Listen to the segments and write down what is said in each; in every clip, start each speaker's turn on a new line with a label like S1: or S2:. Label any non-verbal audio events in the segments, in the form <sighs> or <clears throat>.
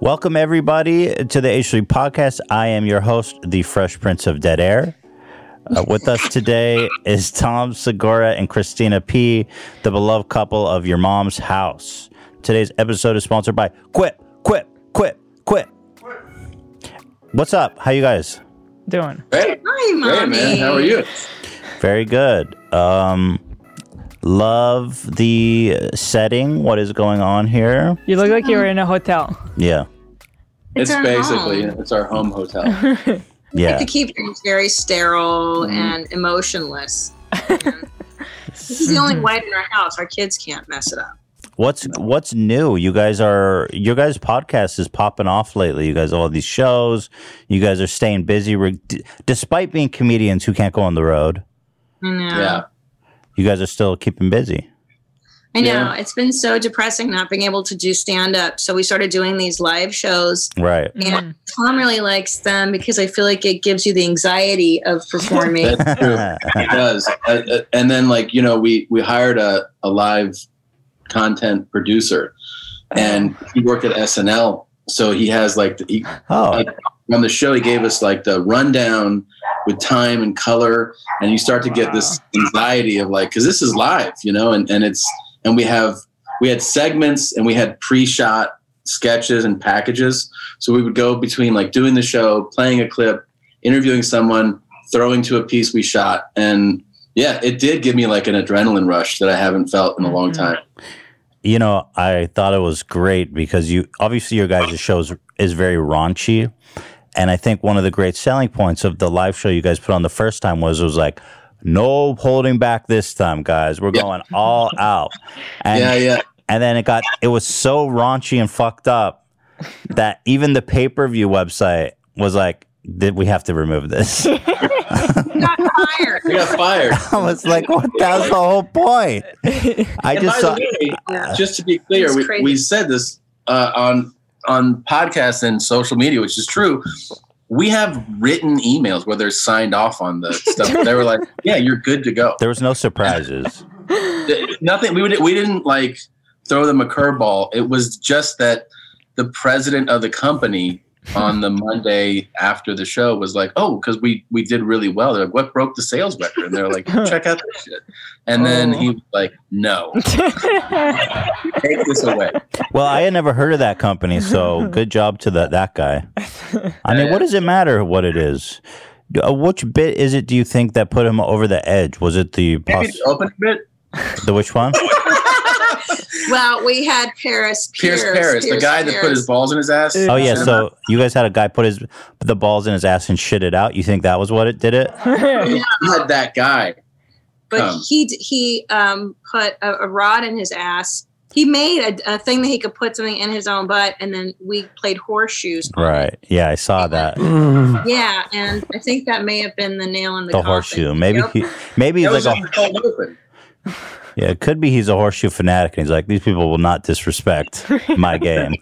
S1: Welcome, everybody, to the H3 podcast. I am your host, the Fresh Prince of Dead Air. Uh, with us today <laughs> is Tom Segura and Christina P., the beloved couple of your mom's house. Today's episode is sponsored by Quip, Quip, Quip, Quip. What's up? How you guys?
S2: doing?
S3: Hey,
S4: Hi, mommy.
S3: hey, man, how are you?
S1: Very good. Um, love the setting. What is going on here?
S2: You look like you were in a hotel.
S1: Yeah,
S3: It's,
S4: our
S3: basically
S4: home.
S3: it's our home
S4: <laughs>
S3: hotel.
S1: yeah.
S4: to keep things very sterile
S3: Mm-hmm.
S4: and emotionless. this is the only white in our house. Our kids can't mess it up.
S1: What's what's new? You guys are your guys' podcast is popping off lately. You guys all these shows. You guys are staying busy re- d- despite being comedians who can't go on the road.
S4: I know.
S3: yeah,
S1: You guys are still keeping busy.
S4: I know.
S3: Yeah.
S4: It's been so depressing not being able to do stand up. So we started doing these live shows.
S1: Right.
S4: And Tom really likes them because I feel like it gives you the anxiety
S3: <laughs>
S4: of performing.
S3: that's true. it does. Uh, uh, And then, like you know, we we hired a a live content producer, and he worked at SNL, so he has like the, he,
S1: <laughs> oh,
S3: on the show he gave us like the rundown with time and color and you start to get this anxiety of like because this is live you know and, and it's and we have we had segments and we had pre-shot sketches and packages so we would go between like doing the show playing a clip interviewing someone throwing to a piece we shot and yeah it did give me like an adrenaline rush that i haven't felt in a long
S1: Mm-hmm.
S2: Mhm.
S3: time
S1: you know, I thought it was great because you obviously your guys' show is, is very raunchy, and I think one of the great selling points of the live show you guys put on the first time was it was like no holding back this time, guys. We're
S3: Yeah.
S1: going all out. And
S3: <laughs> yeah yeah
S1: and then it got it was so raunchy and fucked up that even the pay per view website was like, "Did we have to remove this?" <laughs> I
S4: We got fired.
S3: we
S1: <laughs>
S3: got fired
S1: was like, "What? That was the whole point." I
S3: And
S1: just
S3: by
S1: saw.
S3: the way,
S4: Yeah.
S3: just to be clear,
S4: It's
S3: we,
S4: crazy.
S3: we said this uh, on on podcasts and social media, which is true. We have written emails where they're signed off on the stuff. they were like, "Yeah, you're good to go."
S1: There was no surprises.
S3: Th- Nothing. We would, we didn't like throw them a curveball. It was just that the president of the company on the Monday after the show was like, "Oh, because we we did really well." They're like, "What broke the sales record?" And they're like, "Check out this shit." And then
S2: Oh.
S3: he was like, "No, take this away."
S1: Well, I had never heard of that company, so good job to that that guy. I mean,
S3: Yeah.
S1: what does it matter what it is? Do- uh, Which bit is it? Do you think that put him over the edge? Was it the
S3: Maybe
S1: pos-
S3: the open bit.
S1: the which <laughs> one?
S4: well, we had Paris
S3: Pierce,
S4: Pierce.
S3: Paris, the
S4: Pierce
S3: guy that put
S4: Pierce.
S3: his balls in his ass.
S2: Yeah.
S1: Oh yeah, so you guys had a guy put his the balls in his ass and shit it out. You think that was what it did it?
S3: not that guy.
S4: but
S3: Um,
S4: he d- he um, put a, a rod in his ass. He made a, a thing that he could put something in his own butt, and then we played horseshoes.
S1: Right. Yeah, I saw that.
S4: Yeah, and I think that may have been the nail in the,
S1: The
S4: coffin.
S1: horseshoe. Maybe
S4: Yep.
S1: he, maybe
S3: That
S1: he's
S3: was
S1: like
S3: on
S1: a,
S3: the cold open.
S1: yeah, it could be he's a horseshoe fanatic and he's like, these people will not disrespect my game.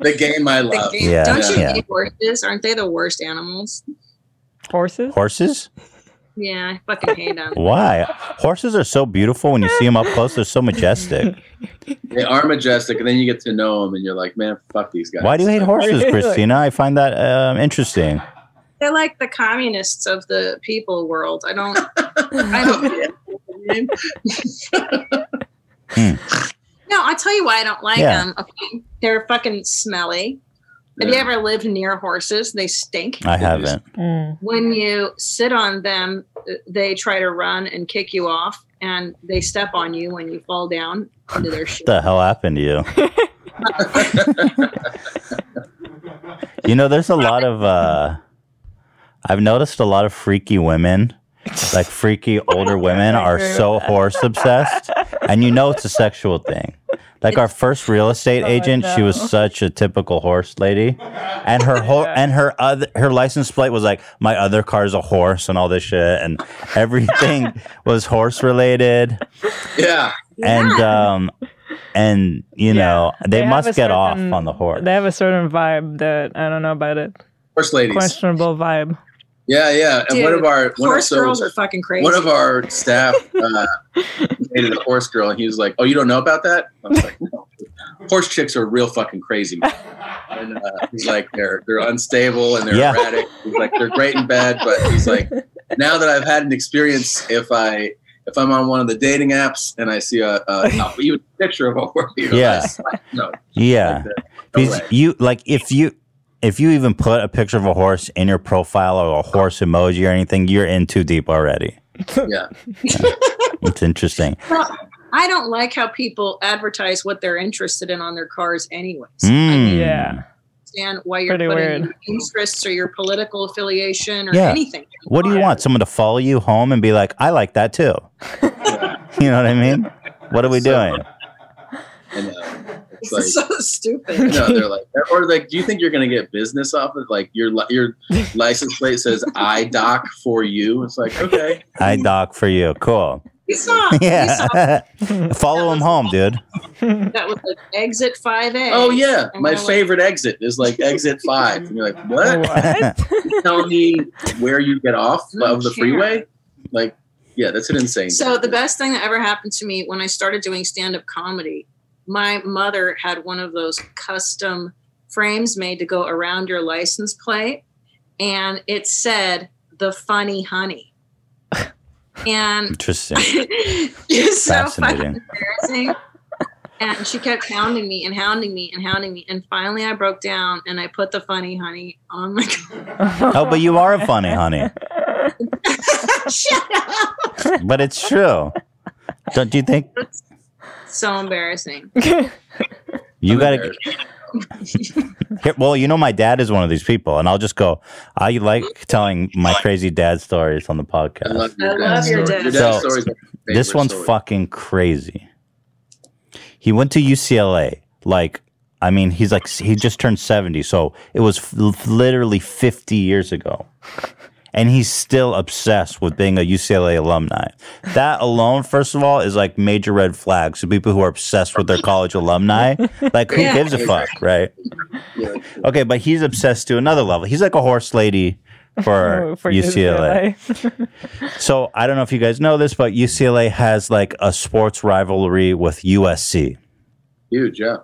S3: the game I
S4: The
S3: love.
S4: game-
S1: Uh, Yeah,
S4: Don't you
S1: yeah.
S4: hate horses? Aren't they the worst animals?
S2: <laughs> Horses?
S1: Horses?
S4: Yeah, I fucking hate
S1: <laughs>
S4: them.
S1: Why? Horses are so beautiful when you see them up close, they're so majestic.
S3: They are majestic, and then you get to know them, and you're like, man, fuck these guys.
S1: Why do you hate horses,
S2: Really?
S1: Christina? I find that um, interesting.
S4: They're like the communists of the people world. I don't. I don't.
S1: Hmm.
S4: No, I'll tell you why I don't like
S1: Yeah.
S4: them. Okay, they're fucking smelly. Have you
S3: Yeah.
S4: ever lived near horses? They stink.
S1: I haven't.
S2: Mm.
S4: When you sit on them, uh, they try to run and kick you off, and they step on you when you fall down
S1: <laughs>
S4: into their shit.
S1: What the hell happened to you? you know, there's a lot of uh I've noticed a lot of freaky women. Like freaky
S2: <laughs>
S1: older women are so horse obsessed. And you know it's a sexual thing. Like our first real estate
S2: Oh, I
S1: agent, she
S2: know.
S1: was such a typical horse lady. And her whole
S2: Yeah.
S1: and her other her license plate was like my other car's a horse and all this shit and
S2: <laughs>
S1: everything was horse related
S3: Yeah,
S1: and um and you
S2: Yeah,
S1: know they,
S2: they have a
S1: must get off
S2: certain-
S1: on the horse
S2: They have a certain vibe that I don't know about it.
S3: horse ladies.
S2: Questionable vibe.
S3: Yeah, yeah. And
S4: Dude,
S3: one of our one of,
S4: Horse
S3: so,
S4: girls are fucking crazy.
S3: one of our
S4: <laughs>
S3: staff uh, dated a horse girl, and he was like, "Oh, you don't know about that?" I was like, "No." horse chicks are real fucking crazy. Man. And uh, he's like, they're they're unstable and they're
S1: Yeah.
S3: erratic. He's like, they're great in bed, but
S2: <laughs>
S3: he's like, now that I've had an experience, if I if I'm on one of the dating apps and I see
S4: <laughs>
S3: a, a even a picture of a horse, you know,
S1: Yeah.
S3: <laughs> it's like, no,
S1: Yeah.
S3: like, no
S1: Because
S3: way.
S1: you like if you if you even put a picture of a horse in your profile or a horse emoji or anything, you're in too deep already.
S3: <laughs> Yeah.
S1: It's
S3: <laughs>
S1: interesting.
S4: Well, I don't like how people advertise what they're interested in on their cars, anyways.
S1: Mm.
S2: Yeah.
S4: understand why you're
S2: Pretty
S4: putting
S2: weird.
S4: your interests or your political affiliation or
S1: Yeah.
S4: anything.
S1: What do you want? Someone to follow you home and be like, I like that too. <laughs> You know what I mean? What are we
S3: So-
S1: doing?
S3: And, uh, it's like,
S4: It's so <laughs>
S3: you
S4: stupid.
S3: know, they're like, or like, do you think you're gonna get business off of like your li- your license plate says "I doc for you"? It's like, okay,
S1: I doc for you.
S3: <laughs>
S1: Cool.
S4: It's not. You saw
S1: <laughs> Yeah. <laughs> follow him home, dude.
S4: that was like exit five A.
S3: oh yeah,
S4: And
S3: my
S4: they're like-
S3: favorite exit is like exit five. And
S4: <laughs>
S3: you're like, what?
S1: <laughs>
S2: what?
S3: Tell me where you get off of the freeway? Like, yeah, that's an insane.
S4: So the best thing that ever happened to me when I started doing stand-up comedy, my mother had one of those custom frames made to go around your license plate, and it said "the funny honey," and <laughs>
S1: Interesting.
S4: it's so fucking
S1: Fascinating.
S4: embarrassing. And she kept hounding me and hounding me and hounding me, and finally I broke down and I put the funny honey on my. <laughs>
S1: Oh, but you are a funny honey.
S4: Shut up!
S1: But it's true. Don't you think
S4: So embarrassing.
S1: you
S3: I'm
S1: got to
S3: embarrassed.
S1: Here- well, you know, my dad is one of these people, and I'll just go. I like telling my crazy dad stories on the
S3: I
S1: podcast.
S3: love your
S4: I
S3: dad's
S4: love
S3: story. Your
S4: your dad.
S3: dad's
S1: So,
S3: story is my favorite
S1: This one's
S3: story.
S1: fucking crazy. He went to UCLA. Like, I mean, he's like, he just turned 70. So it was f- literally 50 years ago. And he's still obsessed with being a UCLA alumni. That alone, first of all, is like major red flags to people who are obsessed with their college alumni. Like, who
S4: Yeah.
S1: gives a fuck, right?
S3: Yeah.
S1: Okay, but he's obsessed to another level. He's like a horse lady
S2: <laughs>
S1: for, UCLA. So I don't know if you guys know this, but UCLA has like a sports rivalry with USC.
S3: Huge, yeah.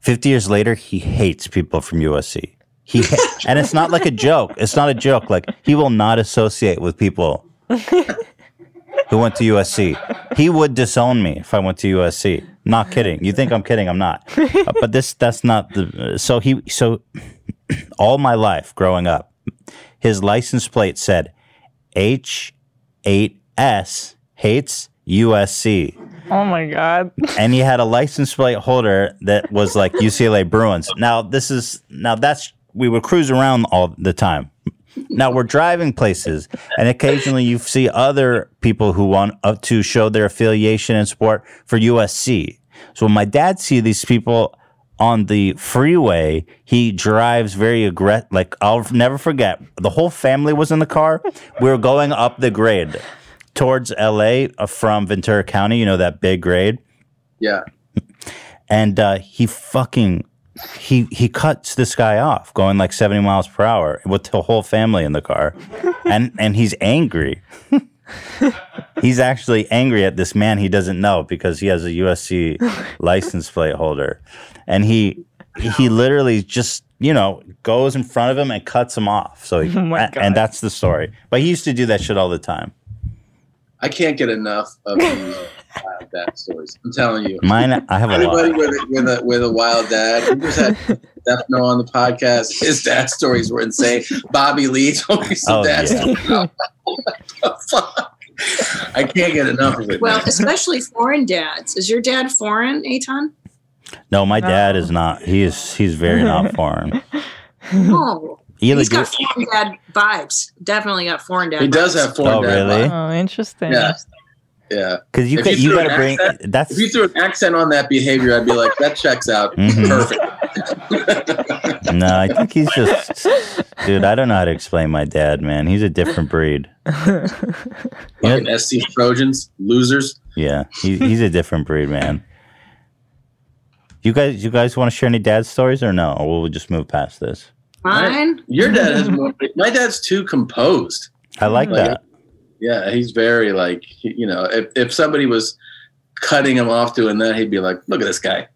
S1: 50 years later, he hates people from USC. He ha- and it's not like a joke. It's not a joke. Like he will not associate with people who went to USC. He would disown me if I went to USC. Not kidding. You think I'm kidding? I'm not. Uh, but this that's not the so he so <clears throat> all my life growing up, his license plate said H8S hates USC
S2: Oh
S1: <laughs>
S2: my god.
S1: and he had a license plate holder that was like UCLA Bruins. Now this is now that's we would cruise around all the time. Now we're driving places, and occasionally you see other people who want uh, to show their affiliation and support for USC. So when my dad see these people on the freeway, he drives very aggressive. Like I'll never forget, the whole family was in the car. We were going up the grade towards LA uh, from Ventura County. You know that big grade
S3: Yeah.
S1: and uh, he fucking he he cuts this guy off going like 70 miles per hour with the whole family in the
S2: <laughs>
S1: car and and he's angry <laughs> he's actually angry at this man he doesn't know because he has a
S2: <laughs>
S1: usc license plate holder and he he literally just you know goes in front of him and cuts him off so he,
S2: <laughs> Oh my
S1: and,
S2: God.
S1: and that's the story but he used to do that shit all the time
S3: I can't get enough of the wild dad stories. I'm telling you.
S1: mine i have a
S3: Anybody
S1: lot
S3: with a, with a with a wild dad, we just had Stefano on the podcast. His dad stories were insane. Bobby Lee told me some
S1: Oh,
S3: dad
S1: yeah.
S3: stories. Fuck. <laughs> I can't get enough of it.
S4: Well,
S3: man.
S4: especially foreign dads. Is your dad foreign, Aton?
S1: no my dad
S2: No.
S1: is not he is he's very
S2: <laughs>
S1: not foreign
S4: No.
S1: Either
S4: Oh, He's
S1: do-
S4: got foreign dad vibes. Definitely got foreign dad.
S3: he does
S4: vibes.
S3: have foreign
S1: Oh,
S3: dad
S1: really?
S3: life.
S2: Oh, interesting.
S3: Yeah. Yeah.
S1: Because you
S3: If
S1: could,
S3: you
S1: you,
S3: threw
S1: gotta
S3: an
S1: bring that's
S3: If you threw an accent on that behavior, I'd be like, that checks out.
S1: Mhm.
S3: Perfect.
S1: no. I think he's
S3: <laughs>
S1: just dude. I don't know how to explain my dad, man. He's a different breed. Yeah.
S3: Fucking SC Trojans, losers.
S1: Yeah, he, he's a different breed, man. You guys, you guys want to share any dad stories or no? Or we'll just move past this.
S4: Mine?
S3: Your dad has more. My dad's too composed.
S1: I like
S3: Like,
S1: that.
S3: Yeah, he's very like he- you know, if, if somebody was cutting him off doing that, he'd be like, "Look at this guy."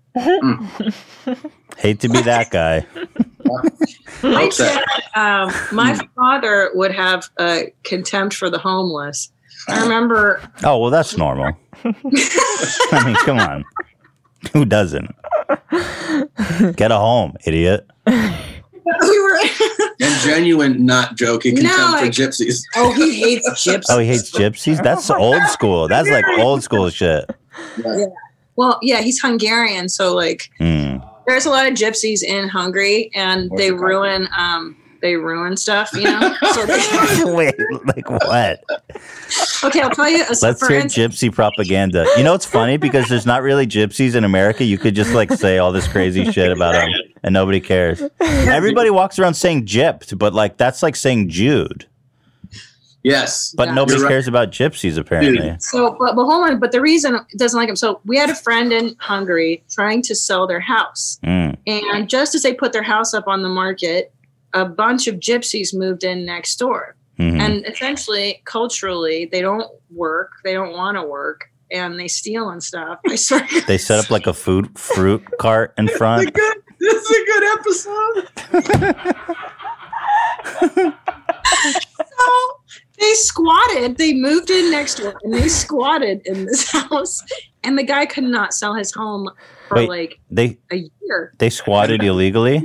S1: Hate to be
S3: <laughs>
S1: that guy.
S4: My,
S3: Upset.
S4: dad, um, my father would have uh, contempt for the homeless. I remember <laughs>
S1: Oh well, that's
S3: <laughs>
S1: normal. I mean, come on, who doesn't? Get a home, idiot.
S4: we were.
S3: And genuine, not joking,
S4: No,
S3: contempt for
S4: I-
S3: gypsies.
S4: oh, he hates gypsies.
S1: Oh, he hates gypsies. That's old school. That's like old school shit.
S4: <laughs> Well, yeah, he's Hungarian, so like
S1: Hmm. <laughs>
S4: there's a lot of gypsies in Hungary, and
S3: Where's
S4: they
S3: the coffee?
S4: ruin um, they ruin stuff, you know. so they, <laughs>
S1: Wait, like what?
S4: okay, I'll tell you. A, so
S1: Let's
S4: for
S1: hear
S4: instance- <laughs>
S1: gypsy propaganda. You know, it's funny because there's not really gypsies in America. You could just like say all this crazy shit about them and nobody cares. Everybody walks around saying gypped, but like that's like saying Jude,
S3: Yes.
S1: but
S4: Yeah.
S1: nobody
S3: You're right.
S1: cares about gypsies apparently.
S4: So, but, but hold on. But the reason it doesn't like him. So we had a friend in Hungary trying to sell their house,
S1: Mm.
S4: and just as they put their house up on the market, a bunch of gypsies moved in next door.
S1: mhm.
S4: and essentially culturally they don't work they don't want to work and they steal and stuff
S1: <laughs>
S4: i swear
S1: They set up like a food fruit cart in front.
S3: good, this is a good episode.
S4: <laughs> so they squatted they moved in next door and they squatted in this <laughs> house and the guy could not sell his home for
S1: Wait.
S4: like
S1: They
S4: a year
S1: they squatted illegally.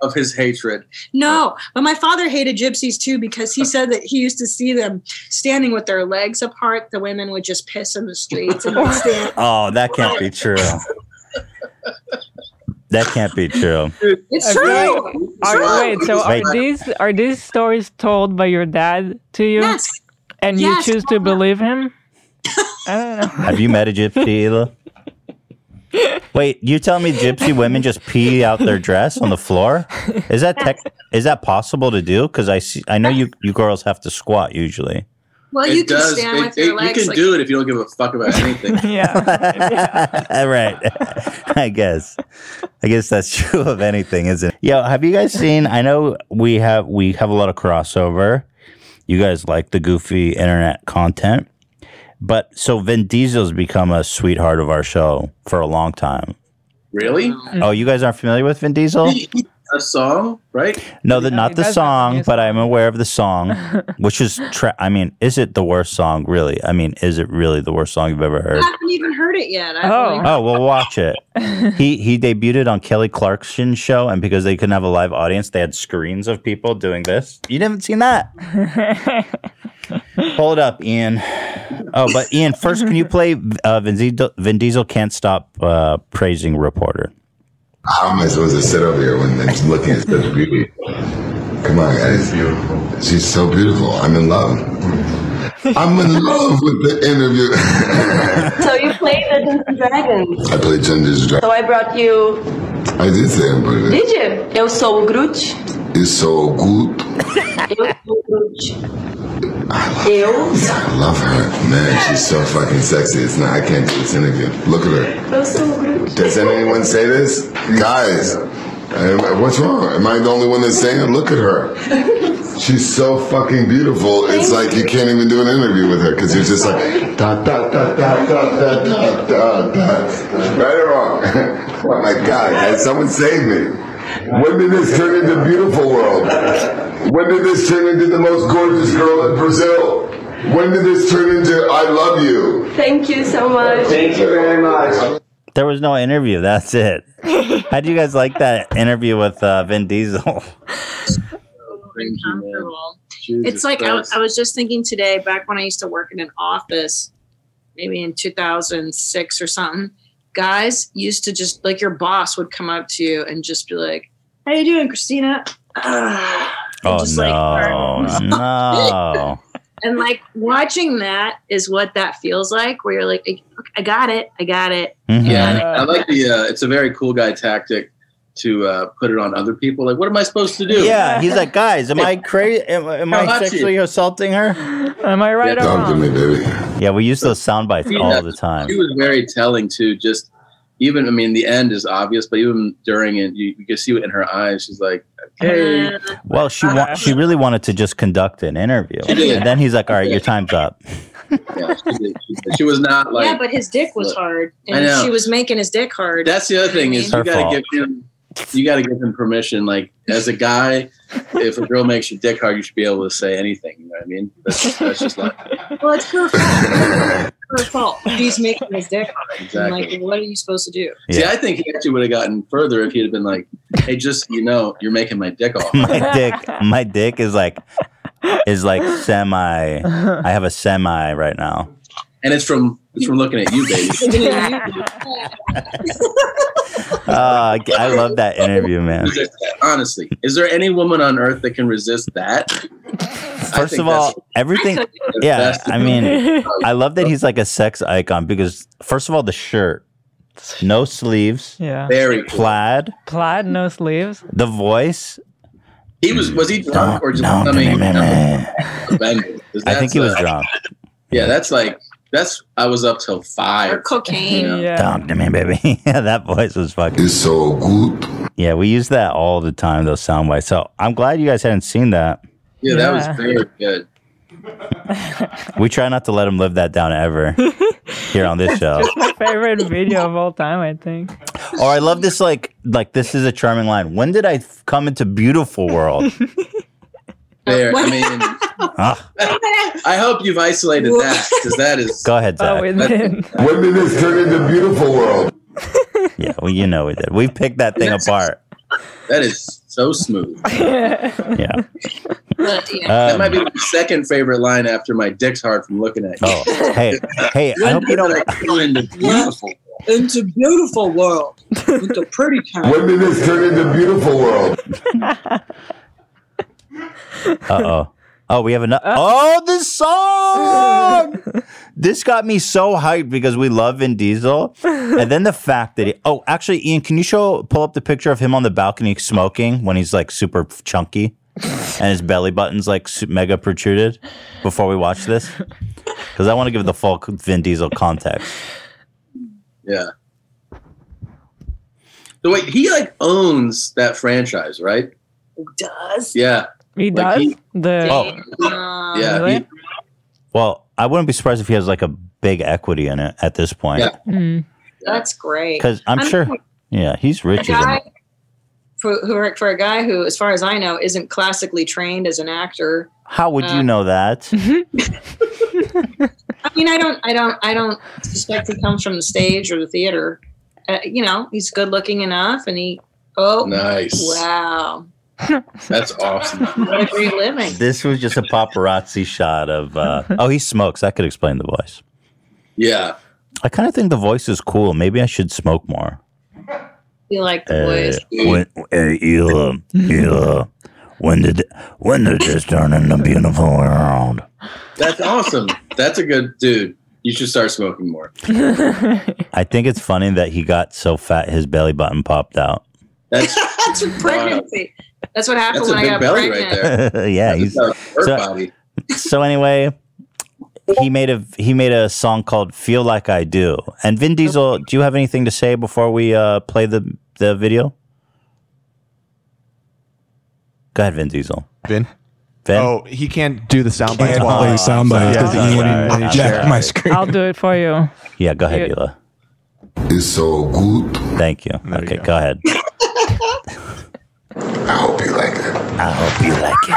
S3: Of his hatred.
S4: no but my father hated gypsies too because he said that he used to see them standing with their legs apart the women would just piss in the
S1: <laughs>
S4: streets and they'd stand
S1: Oh, that can't be true.
S3: <laughs>
S1: That can't be true.
S4: it's
S2: Okay.
S4: true
S2: <laughs> Are, wait, so are
S1: Wait.
S2: these are these stories told by your dad to you,
S4: yes
S2: and
S4: Yes.
S2: you choose to believe him? I don't <laughs> know.
S1: Have you met a gypsy, Ela? Wait, you tell me gypsy women just pee out their dress on the floor? Is that tech? Is that possible to do? Because I see, I know you you girls have to squat usually. <laughs>
S4: well you can stand
S3: It-
S4: with
S3: it-
S4: your legs
S3: you can
S4: like
S3: do it if you don't give a fuck about
S4: <laughs>
S3: anything.
S2: yeah.
S1: right. I guess. I guess that's <laughs> true of anything, isn't it? Yo, have you guys seen I know we have we have a lot of crossover. You guys like the goofy internet content. But so Vin Diesel's become a sweetheart of our show for a long time.
S3: really?
S1: <laughs> Oh, you guys aren't familiar with Vin
S2: <laughs>
S1: Diesel?
S3: A song, right?
S1: No, the,
S2: Yeah,
S1: not
S2: he
S1: the
S2: does that
S1: song,
S2: music.
S1: but I'm aware of the
S2: <laughs>
S1: song, which is tra- I mean, is it the worst song really? I mean, is it really the worst song you've ever
S4: I
S1: heard?
S2: <laughs>
S4: haven't even heard it yet. I've
S2: Oh.
S4: only heard-
S1: Oh, well, watch
S2: <laughs>
S1: it. he he debuted on Kelly Clarkson's show, and because they couldn't have a live audience, they had screens of people doing this. You haven't seen
S2: <laughs>
S1: that? Hold up, Ian. Oh, but Ian, first, can you play uh, Vin, Diesel, Vin Diesel can't stop uh, praising reporter?
S5: How am I supposed to sit over here when I'm just looking at such beauty? Come on, guys. beautiful. She's so beautiful. I'm in love. I'm in love with the interview. <laughs>
S6: So you played Dungeons and Dragons.
S5: I play Ginger's Dragon.
S6: So I brought you.
S5: I did say I'm pretty.
S6: Did you? Eu sou o Groot.
S5: It's so good.
S6: Eu sou o Groot. Eu.
S5: I love her. Man, she's so fucking sexy. It's not, I can't do this interview. Look at her.
S6: Eu sou o Groot.
S5: Does anyone say this? Guys, am I- what's wrong? Am I the only one that's saying it? Look at her. She's so fucking beautiful. It's like you can't even do an interview with her because you're just like, da, da, da, da, da, da, da, da, da. Right or wrong? <laughs> Oh my God, guys, someone save me. When did this turn into beautiful world? When did this turn into the most gorgeous girl in Brazil? When did this turn into I love you?
S6: Thank you so much.
S5: Thank you very much.
S1: There was no interview. That's it.
S3: <laughs>
S1: How do you guys like that interview with uh, Vin Diesel?
S3: Thank you, man.
S4: uncomfortable.
S3: Jesus
S4: It's like I,
S3: Christ.
S4: I was just thinking today, back when I used to work in an office, maybe in 2006 or something, guys used to just like your boss would come up to you and just be like, "How you doing, Christina?" <sighs> Ah.
S1: <laughs>
S4: And
S1: Oh
S4: just, like,
S1: no, <laughs>
S3: <laughs>
S1: no.
S4: and like watching that is what that feels like, where you're like, "I- "I got it, I got it."
S1: Mhm.
S3: Yeah,
S2: Yeah.
S3: I like the. Uh, it's a very cool guy tactic to uh, put it on other people. Like, what am I supposed to do?
S1: Yeah, he's like, guys, am I crazy? Am, am
S3: How
S1: I
S3: about you?"
S1: sexually assaulting her?
S2: Am I right or
S5: Talk to me,
S2: wrong?
S5: baby.
S1: Yeah, we use those sound bites
S3: Yeah.
S1: all the time.
S3: he was very telling too. Just even, I mean, the end is obvious, but even during it, you, you can see it in her eyes. She's like, "Hey,
S4: Uh,
S1: Well, she wa- she really wanted to just conduct an interview,
S3: She did.
S1: and then he's like, "All right, your time's up." <laughs>
S3: Yeah, she, did- she did. She was not like.
S4: yeah, but his dick was
S3: Look,
S4: hard,
S3: I
S4: and
S3: know.
S4: she was making his dick hard.
S3: That's the other thing is
S1: Her
S3: you gotta
S1: fault.
S3: give him you gotta give him permission. Like as a guy, if a girl makes your dick hard, you should be able to say anything. You know what I mean? That's, that's just like
S4: well, it's her fault. her fault. He's making his dick hard. And,
S3: exactly.
S4: Like, what are you supposed to do?
S3: See,
S1: Yeah.
S3: I think he actually would have gotten further if he'd have been like, "Hey, just so you know, you're making my dick
S1: <laughs>
S3: off." <laughs>
S1: my dick my dick is like is like semi I have a semi right now.
S3: and it's from it's from looking at you, baby.
S1: Uh, I love that interview, man.
S3: Is there- Honestly, is there any woman on earth that can resist that?
S1: First of all, everything
S4: I
S1: yeah,
S3: That's the
S1: I mean
S2: <laughs> yeah.
S1: I love that he's like a sex icon because first of all the shirt, no sleeves,
S3: very cool.
S1: plaid,
S2: Plaid, no sleeves.
S1: the voice.
S3: He was was he drunk or just
S1: Don't- don't-
S3: coming?
S1: I think he was drunk.
S3: uh, Yeah, that's like that's I was up till
S4: Or
S3: five.
S4: cocaine.
S3: Yeah.
S2: Yeah.
S1: Talk to me, baby. <laughs> yeah, that voice was fucking.
S5: It's so good.
S1: Yeah, we use that all the time, those sound bites. So I'm glad you guys hadn't seen that.
S3: Yeah, that was
S2: Yeah.
S3: very good.
S1: We try not to let him live that down ever here on this show.
S2: My favorite video of all time, I think.
S1: Or I love this like like this is a charming line. When did I f- come into beautiful world?
S3: There, I mean,
S1: Ah,
S3: I hope you've isolated that because that is
S1: go ahead,
S2: Oh,
S1: Zach.
S2: and <laughs>
S3: <laughs>
S2: then
S5: When did this turn into beautiful world?
S1: yeah, well, you know we did. We picked that thing apart.
S3: that is so smooth.
S1: Yeah.
S4: But, yeah.
S3: That might
S1: Um,
S3: be my second favorite line after my dick's hard from looking at you.
S1: oh, hey, hey, I hope you don't.
S3: You're in the beautiful.
S7: It's a beautiful world with a pretty town.
S5: When did this turn into beautiful world?
S1: Uh oh. Oh, we have another. Oh, this song! this got me so hyped because we love Vin Diesel. And then the fact that he. Oh, actually, Ian, can you show, pull up the picture of him on the balcony smoking when he's like super chunky and his belly button's like su- mega protruded before we watch this? Because I want to give the full Vin Diesel context.
S3: Yeah. So wait, he like owns that franchise, right?
S4: does.
S3: Yeah,
S2: he
S3: Like
S2: does
S3: he-
S2: the
S1: Oh.
S4: Um,
S3: yeah.
S2: really?
S3: he-
S1: Well, I wouldn't be surprised if he has like a big equity in it at this point.
S3: Yeah.
S2: <laughs> Mm.
S4: That's great.
S1: Because I'm,
S4: I'm
S1: sure.
S4: sure-
S1: Yeah, he's
S4: a
S1: rich as a
S4: guy for, who, for a guy who, as far as I know, isn't classically trained as an actor.
S1: How would
S4: Uh,
S1: you know that?
S4: I mean, I don't, I don't, I don't suspect he comes from the stage or the theater. Uh, you know, he's good looking enough, and he. Oh,
S3: nice.
S4: wow!
S3: That's awesome.
S4: What a great living.
S1: This was just a paparazzi shot of. Uh, oh, he smokes. That could explain the voice.
S3: Yeah,
S1: I kind of think the voice is cool. Maybe I should smoke more.
S4: You like the voice.
S1: when, uh, Ela, Ela, when did when did this turn into beautiful world?
S3: that's awesome. That's a good dude. You should start smoking more.
S1: I think it's funny that he got so fat his belly button popped out. <laughs>
S3: That's
S4: <laughs> That's from pregnancy. That's what happened
S3: That's a
S4: when I
S3: big
S4: got
S3: belly
S4: pregnant.
S3: right
S1: yeah.
S3: that's
S1: He's,
S3: about her
S1: so-
S3: body.
S1: so anyway, he made a he made a song called "Feel Like I Do." And Vin Diesel, do you have anything to say before we uh, play the the video? Go ahead, Vin Diesel.
S8: Vin?
S1: Vin.
S8: Oh, he can't do the sound bites.
S9: Can't
S8: while
S9: play
S8: I'm
S9: sound
S8: on,
S9: bites
S8: so-
S9: 'cause
S8: yeah,
S9: Ian
S8: sorry,
S1: and
S8: I'm
S1: Jack
S8: sorry.
S9: Jack my screen.
S2: I'll do it for you.
S1: Yeah, go ahead,
S2: Yeah.
S1: Hila.
S5: It's so good.
S1: Thank you.
S8: There you
S1: okay,
S8: go.
S1: go. ahead.
S5: I hope you like it.
S1: I hope you like it.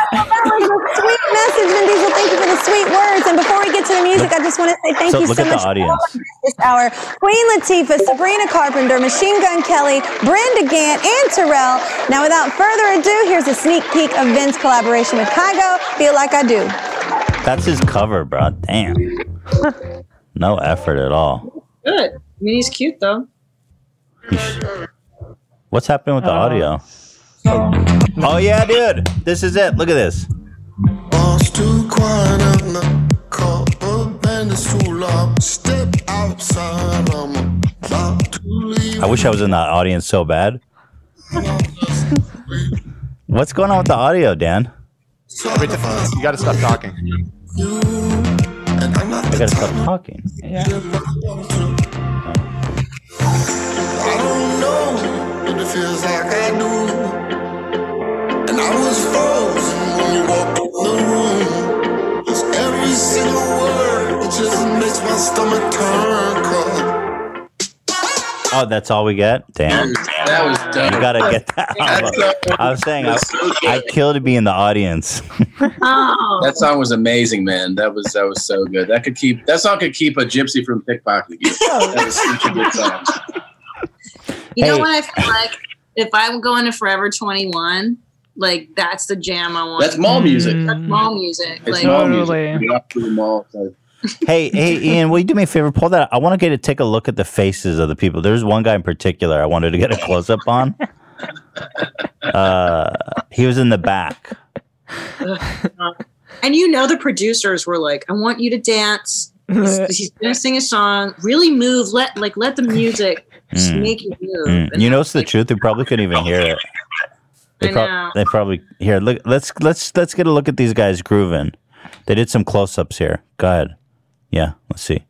S6: Sweet message, Vin Diesel. Thank you for the sweet words. And before we get to the music, I just want to say thank
S1: So
S6: you
S1: look
S6: so
S1: at
S6: much
S1: the audience.
S6: this hour. Queen Latifah, Sabrina Carpenter, Machine Gun Kelly, Brenda Gant, and Terrell. Now, without further ado, here's a sneak peek of Vin's collaboration with Kygo. Feel like I do.
S1: That's his cover, bro.
S6: <laughs>
S1: Damn. No effort at all.
S4: Good. I mean, he's cute though.
S1: You sh- What's happening with the
S2: Uh,
S1: audio? Oh yeah, dude. This is it. Look at this.
S10: Boss too quiet and the copper band is too loud. Step outside, I'm about to leave.
S1: I wish I was in that audience so bad. What's going on with the audio, Dan?
S10: Every time
S8: You got to stop talking.
S10: you and I'm not
S1: I
S10: the
S1: gotta
S10: type
S1: stop talking.
S10: I don't know, but it feels like I do. And I was frozen when you walked in the room. 'Cause every single word, it just
S1: Oh, that's all we get. Damn,
S3: Dude,
S1: you
S3: that was dope.
S1: gotta get that. album. I was saying I,
S3: That's so good.
S1: I kill to be in the audience.
S4: Oh,
S3: That song was amazing, man. That was that was so good. That could keep that song could keep a gypsy from pickpocketing. you. That was such a good song.
S4: you know
S1: hey.
S4: what I feel like? If I'm going to Forever 21, like that's the jam I want.
S3: That's mall music.
S4: That's
S1: Mm.
S4: mall music.
S3: It's
S4: like,
S3: mall music.
S2: Totally.
S3: You walk through the mall. it's like-
S1: hey, hey, Ian, will you do me a favor? Pull that. I want to get a take a look at the faces of the people. There's one guy in particular I wanted to get a close up on. Uh, he was in the back.
S4: and you know, the producers were like, "I want you to dance.
S1: <laughs>
S4: He's, he's gonna sing a song. Really move. Let like let the music just
S1: Mm.
S4: make you move."
S1: Mm.
S4: And
S1: You know, it's the truth. They probably couldn't even hear it. They,
S4: I know.
S1: they probably here. Look, let's let's let's get a look at these guys grooving. They did some close ups here. Go ahead. Yeah, let's see.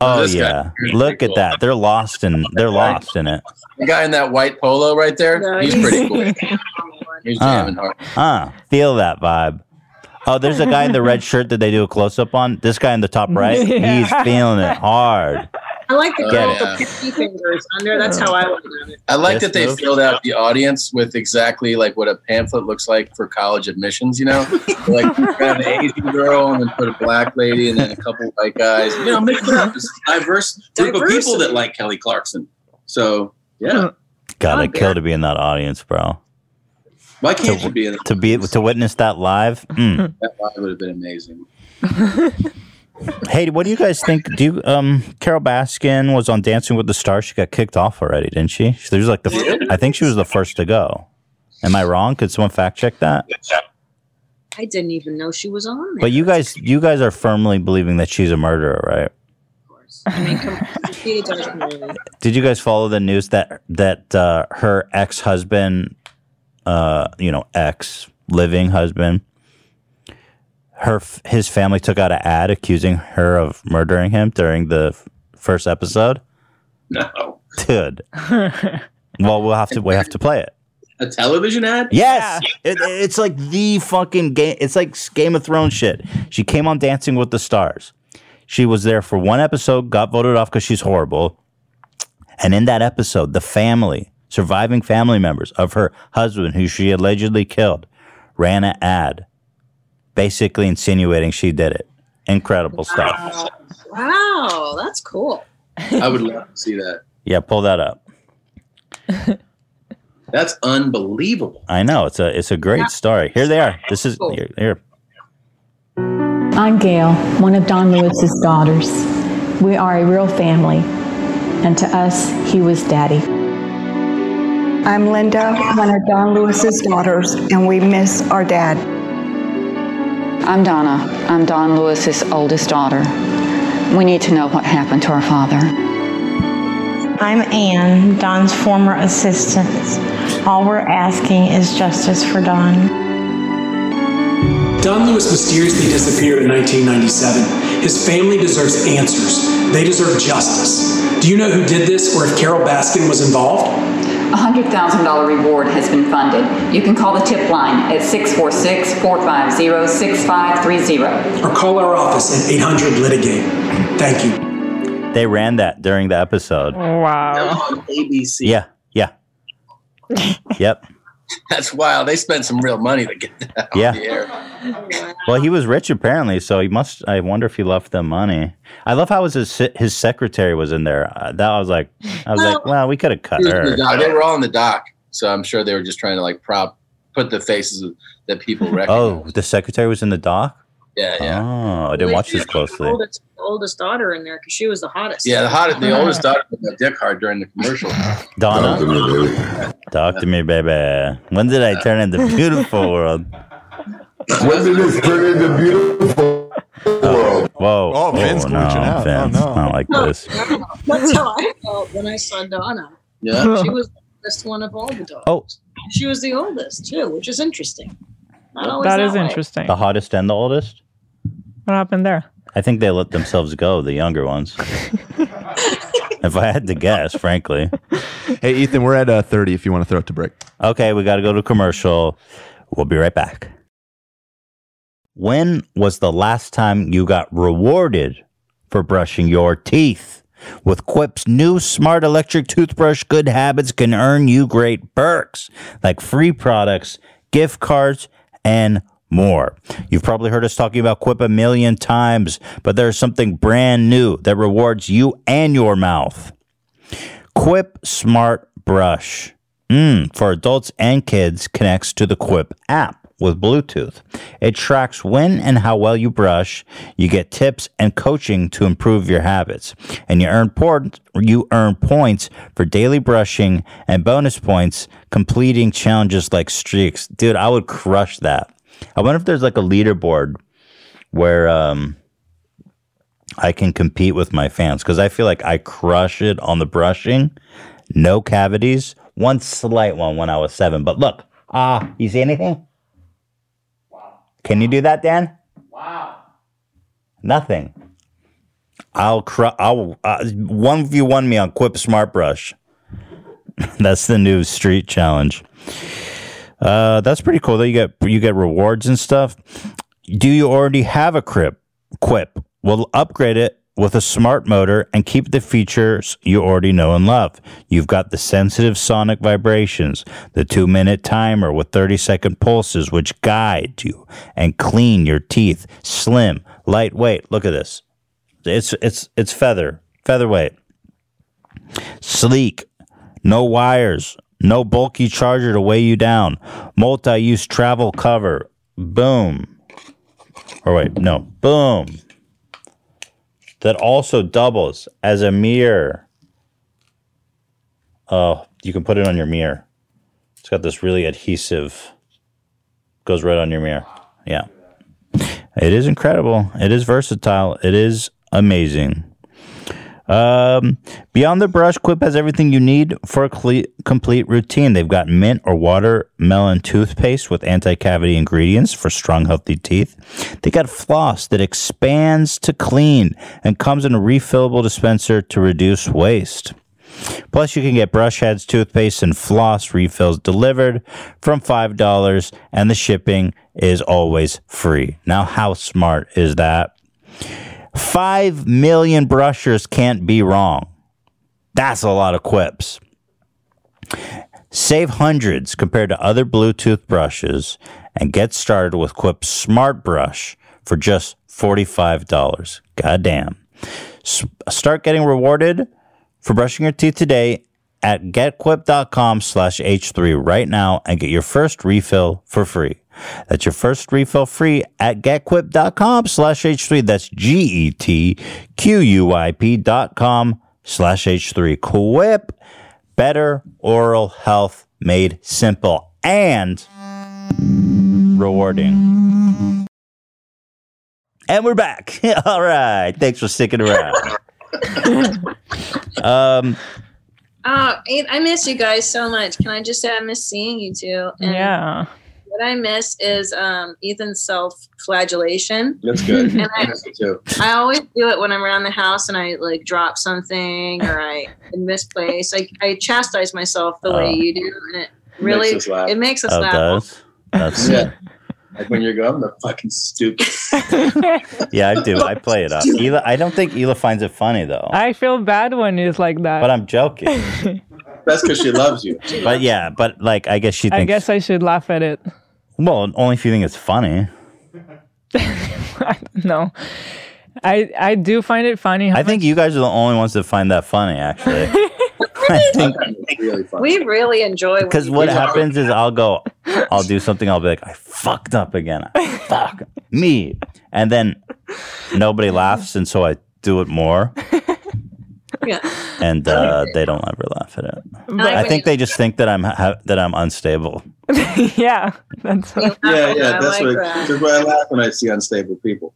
S1: Oh
S3: This guy
S1: yeah,
S3: is pretty
S1: look at
S3: cool.
S1: that. They're lost in they're lost in it.
S3: The guy in that white polo right there,
S4: No,
S3: he's
S4: he's-
S3: pretty cool. He's
S1: Ah.
S3: jamming hard.
S1: Ah, feel that vibe. Oh, there's a guy in
S3: <laughs>
S1: the red shirt that they do a close up on. This guy in the top right,
S2: Yeah.
S1: he's feeling it hard.
S4: I like the
S3: Oh,
S4: girl with
S3: yeah.
S4: the pinky fingers under. That's how I look at it.
S3: I like
S1: This
S3: that they
S1: move.
S3: filled out the audience with exactly like what a pamphlet looks like for college admissions. You know, like you got an Asian girl and then put a black lady and then a couple white guys. You know, mix it up. It's a diverse group of people
S4: Diversity.
S3: that like Kelly Clarkson. So
S1: Uh,
S3: yeah,
S1: God,
S4: Oh,
S1: I'd kill to be in that audience, bro.
S3: why can't you be in
S1: To be to witness that live. Mm.
S3: that? Live would have been amazing.
S1: Hey, what do you guys think? Do you, um, Carol Baskin was on Dancing with the Stars. She got kicked off already, didn't she? She was like the.
S3: Really?
S1: I think she was the first to go. Am I wrong? Could someone fact check that?
S4: I didn't even know she was on there.
S1: But you guys, you guys are firmly believing that she's a murderer, right?
S4: of course. I mean, come on. She is our community.
S1: Did you guys follow the news that that uh, her ex husband, uh, you know, ex living husband, her f- his family took out an ad accusing her of murdering him during the f- first episode,
S3: No,
S1: dude. well, we'll have to we have to play
S4: <laughs>
S1: it.
S3: a television ad.
S1: Yes, it, it's like the fucking game. It's like Game of Thrones shit. She came on Dancing with the Stars. She was there for one episode, got voted off because she's horrible. And in that episode, the family, surviving family members of her husband, who she allegedly killed, ran an ad, basically insinuating she did it. Incredible stuff.
S4: Wow. Wow, that's cool.
S3: I would love to see that.
S1: Yeah, pull that up.
S3: That's unbelievable.
S1: I know it's a it's a great story. Here they are. This is
S4: Cool.
S1: here. here.
S9: I'm Gail, one of Don Lewis's daughters. We are a real family, and to us, he was daddy.
S11: I'm Linda, one of Don Lewis's daughters, and we miss our dad.
S9: I'm Donna. I'm Don Lewis's oldest daughter. We need to know what happened to our father.
S12: I'm Ann, Don's former assistant. All we're asking is justice for Don.
S13: Don Lewis mysteriously disappeared in 1997. His family deserves answers. They deserve justice. Do you know who did this or if Carol Baskin was involved?
S9: A $100,000 reward has been funded. You can call the tip line at 646 450 6530.
S13: Or call our office at 800 Litigate. Thank you.
S1: They ran that during the episode.
S2: <laughs> Wow.
S3: On ABC.
S1: Yeah, yeah. yep.
S3: That's wild. They spent some real money to get that on
S1: Yeah.
S3: the air.
S1: Well, he was rich apparently, so he must. I wonder if he left them money. I love how his his secretary was in there. Uh, that I was like, I was like, well, we could have cut
S3: He was in the
S1: her.
S3: dock. They were all in the dock, so I'm sure they were just trying to like prop, put the faces of, that people
S1: <laughs> Oh,
S3: recognize.
S1: the secretary was in the dock.
S3: yeah, yeah,
S1: Oh, I didn't watch this closely.
S4: Oldest, oldest daughter in there because she was the hottest.
S3: yeah. The hottest, the oldest daughter got dick hard during the commercial.
S5: Talk to
S1: Donna,
S5: me, baby.
S1: talk to me, baby. When did I turn into beautiful world?
S5: When did this turn into beautiful world?
S1: Whoa!
S8: Oh, Vin's
S1: no,
S8: glitching out. Oh,
S1: Vince,
S8: no.
S1: not like this.
S4: That's how I felt when I saw Donna.
S3: Yeah,
S4: She was the oldest one of all the dogs.
S1: Oh.
S4: She was the oldest too, which is interesting. Not always
S2: That is
S4: way.
S2: interesting.
S3: Oh.
S1: The hottest and the oldest.
S2: What happened there?
S1: I think they let themselves go. The younger ones. if I had to guess, frankly.
S8: Hey, Ethan, we're at uh, 30 if you want to throw it to break.
S1: Okay, we got to go to commercial. We'll be right back. When was the last time you got rewarded for brushing your teeth? With Quip's new smart electric toothbrush, good habits can earn you great perks like free products, gift cards, and more. You've probably heard us talking about Quip a million times, but there's something brand new that rewards you and your mouth. Quip Smart Brush. Mm, for adults and kids connects to the Quip app with Bluetooth. It tracks when and how well you brush. You get tips and coaching to improve your habits. And you earn por- you earn points for daily brushing and bonus points completing challenges like streaks. Dude, I would crush that. I wonder if there's like a leaderboard where um I can compete with my fans because I feel like I crush it on the brushing. No cavities. One slight one when I was seven. But look, ah, you see anything? Can you do that, Dan? Wow. Nothing. I'll cru- I'll uh, one v one me on Quip Smart Brush. <laughs> that's the new street challenge. Uh, that's pretty cool. That you get you get rewards and stuff. Do you already have a Quip? Quip. Well, upgrade it with a smart motor and keep the features you already know and love. You've got the sensitive sonic vibrations, the two minute timer with 30 second pulses, which guide you and clean your teeth. Slim, lightweight. Look at this. It's it's it's feather featherweight sleek, no wires, no bulky charger to weigh you down, multi use travel cover, boom. Or wait, no, boom. That also doubles as a mirror. Oh, you can put it on your mirror. It's got this really adhesive, goes right on your mirror. Yeah. It is incredible. It is versatile. It is amazing. Um, Beyond the Brush, Quip has everything you need for a cle- complete routine. They've got mint or watermelon toothpaste with anti cavity ingredients for strong, healthy teeth. They got floss that expands to clean and comes in a refillable dispenser to reduce waste. Plus, you can get brush heads, toothpaste, and floss refills delivered from $5, and the shipping is always free. Now, how smart is that? Five million brushers can't be wrong. That's a lot of quips. Save hundreds compared to other Bluetooth brushes and get started with Quip's Smart Brush for just $45. Goddamn. S- start getting rewarded for brushing your teeth today at getquip.com slash h3 right now and get your first refill for free that's your first refill free at getquip.com slash h3 that's E g-e-t-q-u-i-p dot com slash h3 quip better oral health made simple and rewarding and we're back <laughs> all right thanks for sticking around um
S4: Oh, I I miss you guys so much. Can I just say I miss seeing you two? And
S2: Yeah.
S4: What I miss is um, Ethan's self-flagellation.
S3: That's good.
S4: And I-
S3: That's good too.
S4: I always do it when I'm around the house and I like drop something or I misplace. I, I chastise myself the
S1: Oh.
S4: way you do, and it really
S3: Makes us laugh.
S4: it makes us
S1: oh,
S4: laugh.
S1: does that's
S3: Yeah. Like when you go, I'm the fucking stupid.
S1: Yeah, I do. I play it up. Ela, I don't think Ela finds it funny though,
S2: <laughs> I feel bad when it's like that.
S1: but I'm joking.
S3: That's because she loves you.
S1: But yeah, but like I guess she
S2: I
S1: thinks.
S2: guess I should laugh at it.
S1: Well, only if you think it's funny.
S2: <laughs> No. I I do find it funny. how
S1: I think you guys are the only ones that find that funny,
S2: <laughs>
S1: actually. I think
S3: really
S4: We really enjoy when
S1: because
S4: you
S1: what
S4: do that.
S1: happens is I'll go, I'll do something. I'll be like, I fucked up again.
S2: <laughs>
S1: Fuck me, and then nobody laughs, and so I do it more,
S4: Yeah.
S1: and uh, they don't ever laugh at it.
S2: <laughs>
S4: But-
S1: I think they just think that I'm ha- that I'm unstable.
S2: <laughs> yeah, that's what
S3: Yeah, yeah.
S4: I
S3: That's
S4: like
S3: what.
S4: that.
S3: That's why I laugh when I see unstable people.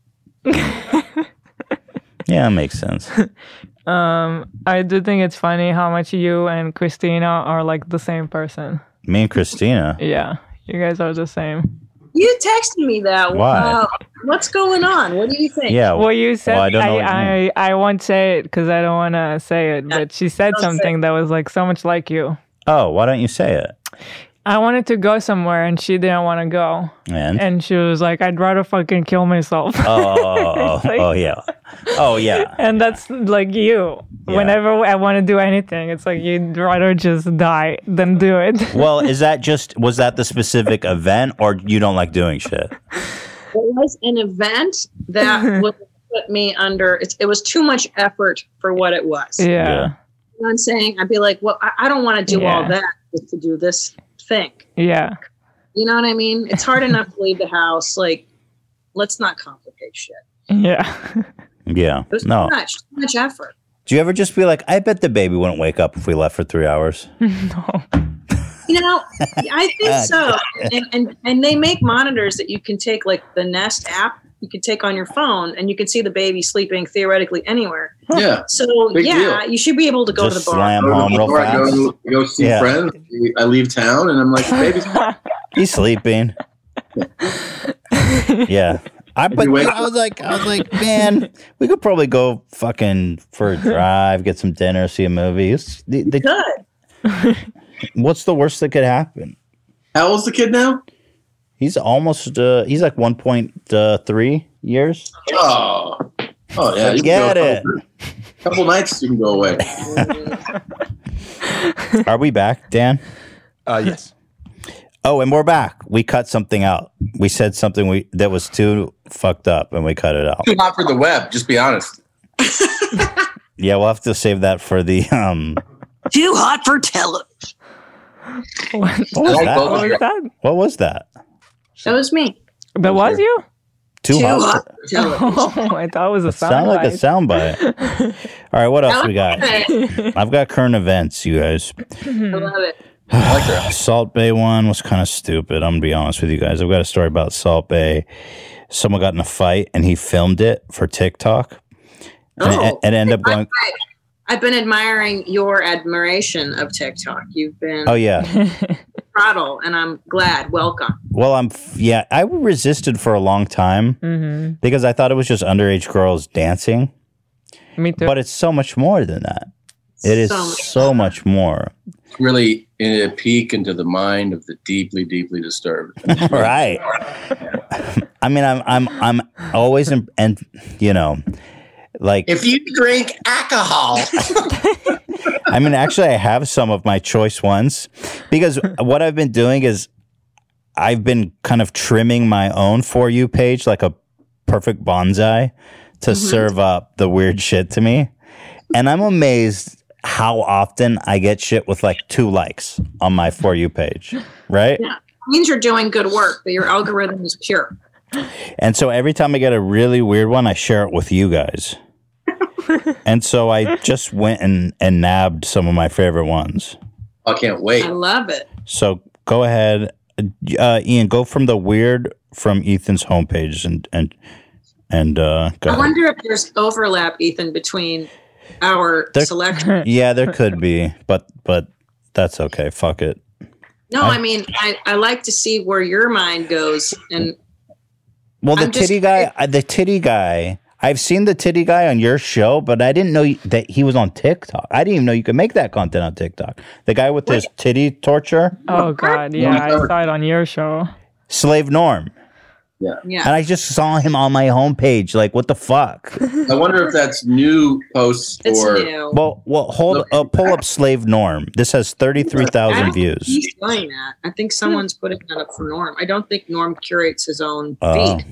S1: Yeah, it makes sense.
S2: <laughs> Um, I do think it's funny how much you and Christina are like the same person.
S1: Me and Christina.
S2: Yeah, you guys are the same.
S4: You texted me that.
S1: Why?
S4: Wow. What's going on? What do you think?
S1: Yeah.
S2: Well, you said
S1: Oh, well, I don't know what you
S2: I, I, I won't say it because I don't want to say it, but she said
S4: Don't say
S2: something that was like so much like you.
S1: Oh, why don't you say it?
S2: I wanted to go somewhere and she didn't want to go.
S1: And,
S2: And she was like, I'd rather fucking kill myself.
S1: oh, oh, oh, oh,
S2: <laughs> It's like-
S1: oh, yeah, oh yeah.
S2: and that's like you. Whenever I want to do anything, it's like you'd rather just die than
S1: <laughs>
S2: do it.
S1: well, is that just was that the specific event, or you don't like doing shit?
S4: It was an event
S2: <laughs>
S4: that would put me under. It, it was too much effort for what it
S2: <laughs>
S4: was.
S2: Yeah.
S4: You know what I'm saying I'd be like, well, I, I don't want to do all
S2: Yeah.
S4: that just to do this thing.
S2: Yeah.
S4: You know what I mean? It's hard enough to leave the house. Like, let's not complicate shit.
S2: Yeah.
S1: Yeah.
S4: It was
S1: No.
S4: too much, too much effort.
S1: Do you ever just be like, I bet the baby wouldn't wake up if we left for three hours?
S4: You know, I
S1: <laughs>
S4: think so. And, and and they make monitors that you can take, like the Nest app, you can take on your phone, and you can see the baby sleeping theoretically anywhere.
S3: Yeah.
S4: So
S3: Big
S4: yeah,
S3: deal.
S4: you should be able to go to the bar.
S1: slam home real
S3: Or I
S1: fast.
S3: go, I go see
S1: Yeah.
S3: friends. I leave town and I'm like, baby,
S1: He's sleeping. yeah. I but
S3: wake
S1: I was like I was like, man, we could probably go fucking for a drive, get some dinner, see a movie. It's- the- the- what's the worst that could happen?
S3: How old's the kid now?
S1: He's almost uh, he's like one point uh, three years.
S3: oh, oh yeah, you can
S1: Forget
S3: go a
S1: it.
S3: couple- couple nights you can go <laughs> away.
S1: Are we back, Dan?
S8: Uh, yes.
S1: Oh, and we're back. We cut something out. We said something we that was too fucked up, and we cut it out.
S3: Too hot for the web. Just be honest.
S1: Yeah, we'll have to save that for the um.
S14: Too hot for television.
S1: <laughs> What was
S3: like
S1: that?
S3: both of What was you.
S2: that?
S1: What was that?
S4: That was me.
S2: That was you? <laughs>
S1: Too, hot. for-
S2: Oh, I thought it was a
S1: That sound
S2: sound.
S1: like a sound bite. All right, what else we got?
S4: it.
S1: I've got current events, you guys.
S4: I love it.
S1: Salt Bay one was kind of stupid. I'm gonna be honest with you guys. I've got a story about Salt Bay. Someone got in a fight and he filmed it for TikTok, and, it, and it ended up going.
S4: I've been admiring your admiration of TikTok. You've been
S1: Oh yeah.
S4: throttle, and I'm glad. Welcome.
S1: Well, I'm f- yeah. I resisted for a long time
S2: Mm-hmm.
S1: because I thought it was just underage girls dancing.
S2: Me too.
S1: But it's so much more than that. It is
S3: So
S1: so much,
S3: much
S1: more.
S3: Really, in a peek into the mind of the deeply, deeply disturbed.
S1: right. <laughs> I mean, I'm I'm I'm always in, and you know, like
S14: If you drink alcohol,
S1: I mean, actually, I have some of my choice ones because what I've been doing is I've been kind of trimming my own for you page like a perfect bonsai to serve up the weird shit to me. And I'm amazed how often I get shit with like two likes on my for you page, right?
S4: Yeah, it means you're doing good work, but your algorithm is pure.
S1: And so every time I get a really weird one, I share it with you guys. and so I just went and, and nabbed some of my favorite ones.
S3: I can't wait.
S4: I love it.
S1: So go ahead, uh, Ian. Go from the weird from Ethan's homepage and and and uh, go.
S4: I
S1: ahead.
S4: wonder if there's overlap, Ethan, between our
S1: There-
S4: selection.
S1: yeah, there could be, but but that's okay. Fuck it.
S4: No, I, mean, I, I like to see where your mind goes, and
S1: Well, the
S4: I'm just
S1: titty guy, uh, the titty guy. I've seen the titty guy on your show, but I didn't know y- that he was on TikTok. I didn't even know you could make that content on TikTok. The guy with his titty torture,
S2: Oh God, yeah, I saw it on your show. <laughs>
S1: Slave Norm.
S3: Yeah.
S1: And I just saw him on my homepage. Like, what the fuck?
S3: I wonder if that's new posts
S4: It's
S3: or
S4: new.
S1: Well, well, hold, uh, pull up Slave Norm. This has thirty-three thousand views.
S4: he's doing that. I
S1: Hmm.
S4: think someone's putting that up for Norm. I don't think Norm curates his own
S1: Oh.
S4: feed.
S14: Uh,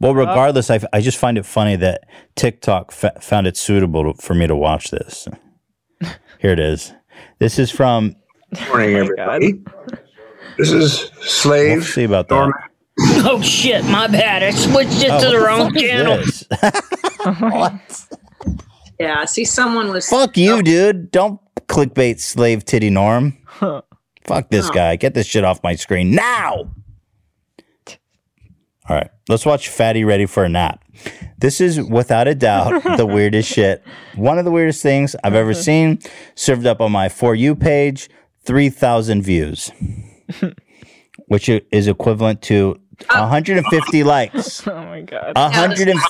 S1: Well, regardless, I, I just find it funny that TikTok fa- found it suitable to, for me to watch this. Here it is. This is from.
S15: morning, everybody. This is Slave.
S1: We'll see about that.
S14: <laughs> oh shit, my bad. I switched it
S1: Oh,
S14: to
S1: what
S14: the
S1: the
S14: wrong
S1: fuck is
S14: channel.
S1: this?
S4: Yeah, I see, someone was
S1: Fuck you, dude. Don't clickbait slave titty norm. Fuck this
S4: No.
S1: guy. Get this shit off my screen now. All right, let's watch Fatty Ready for a Nap. This is without a doubt the weirdest shit. One of the weirdest things I've ever seen. Served up on my For You page, 3,000 views, which i- is equivalent to 150 likes.
S2: Oh my God.
S1: 100 and.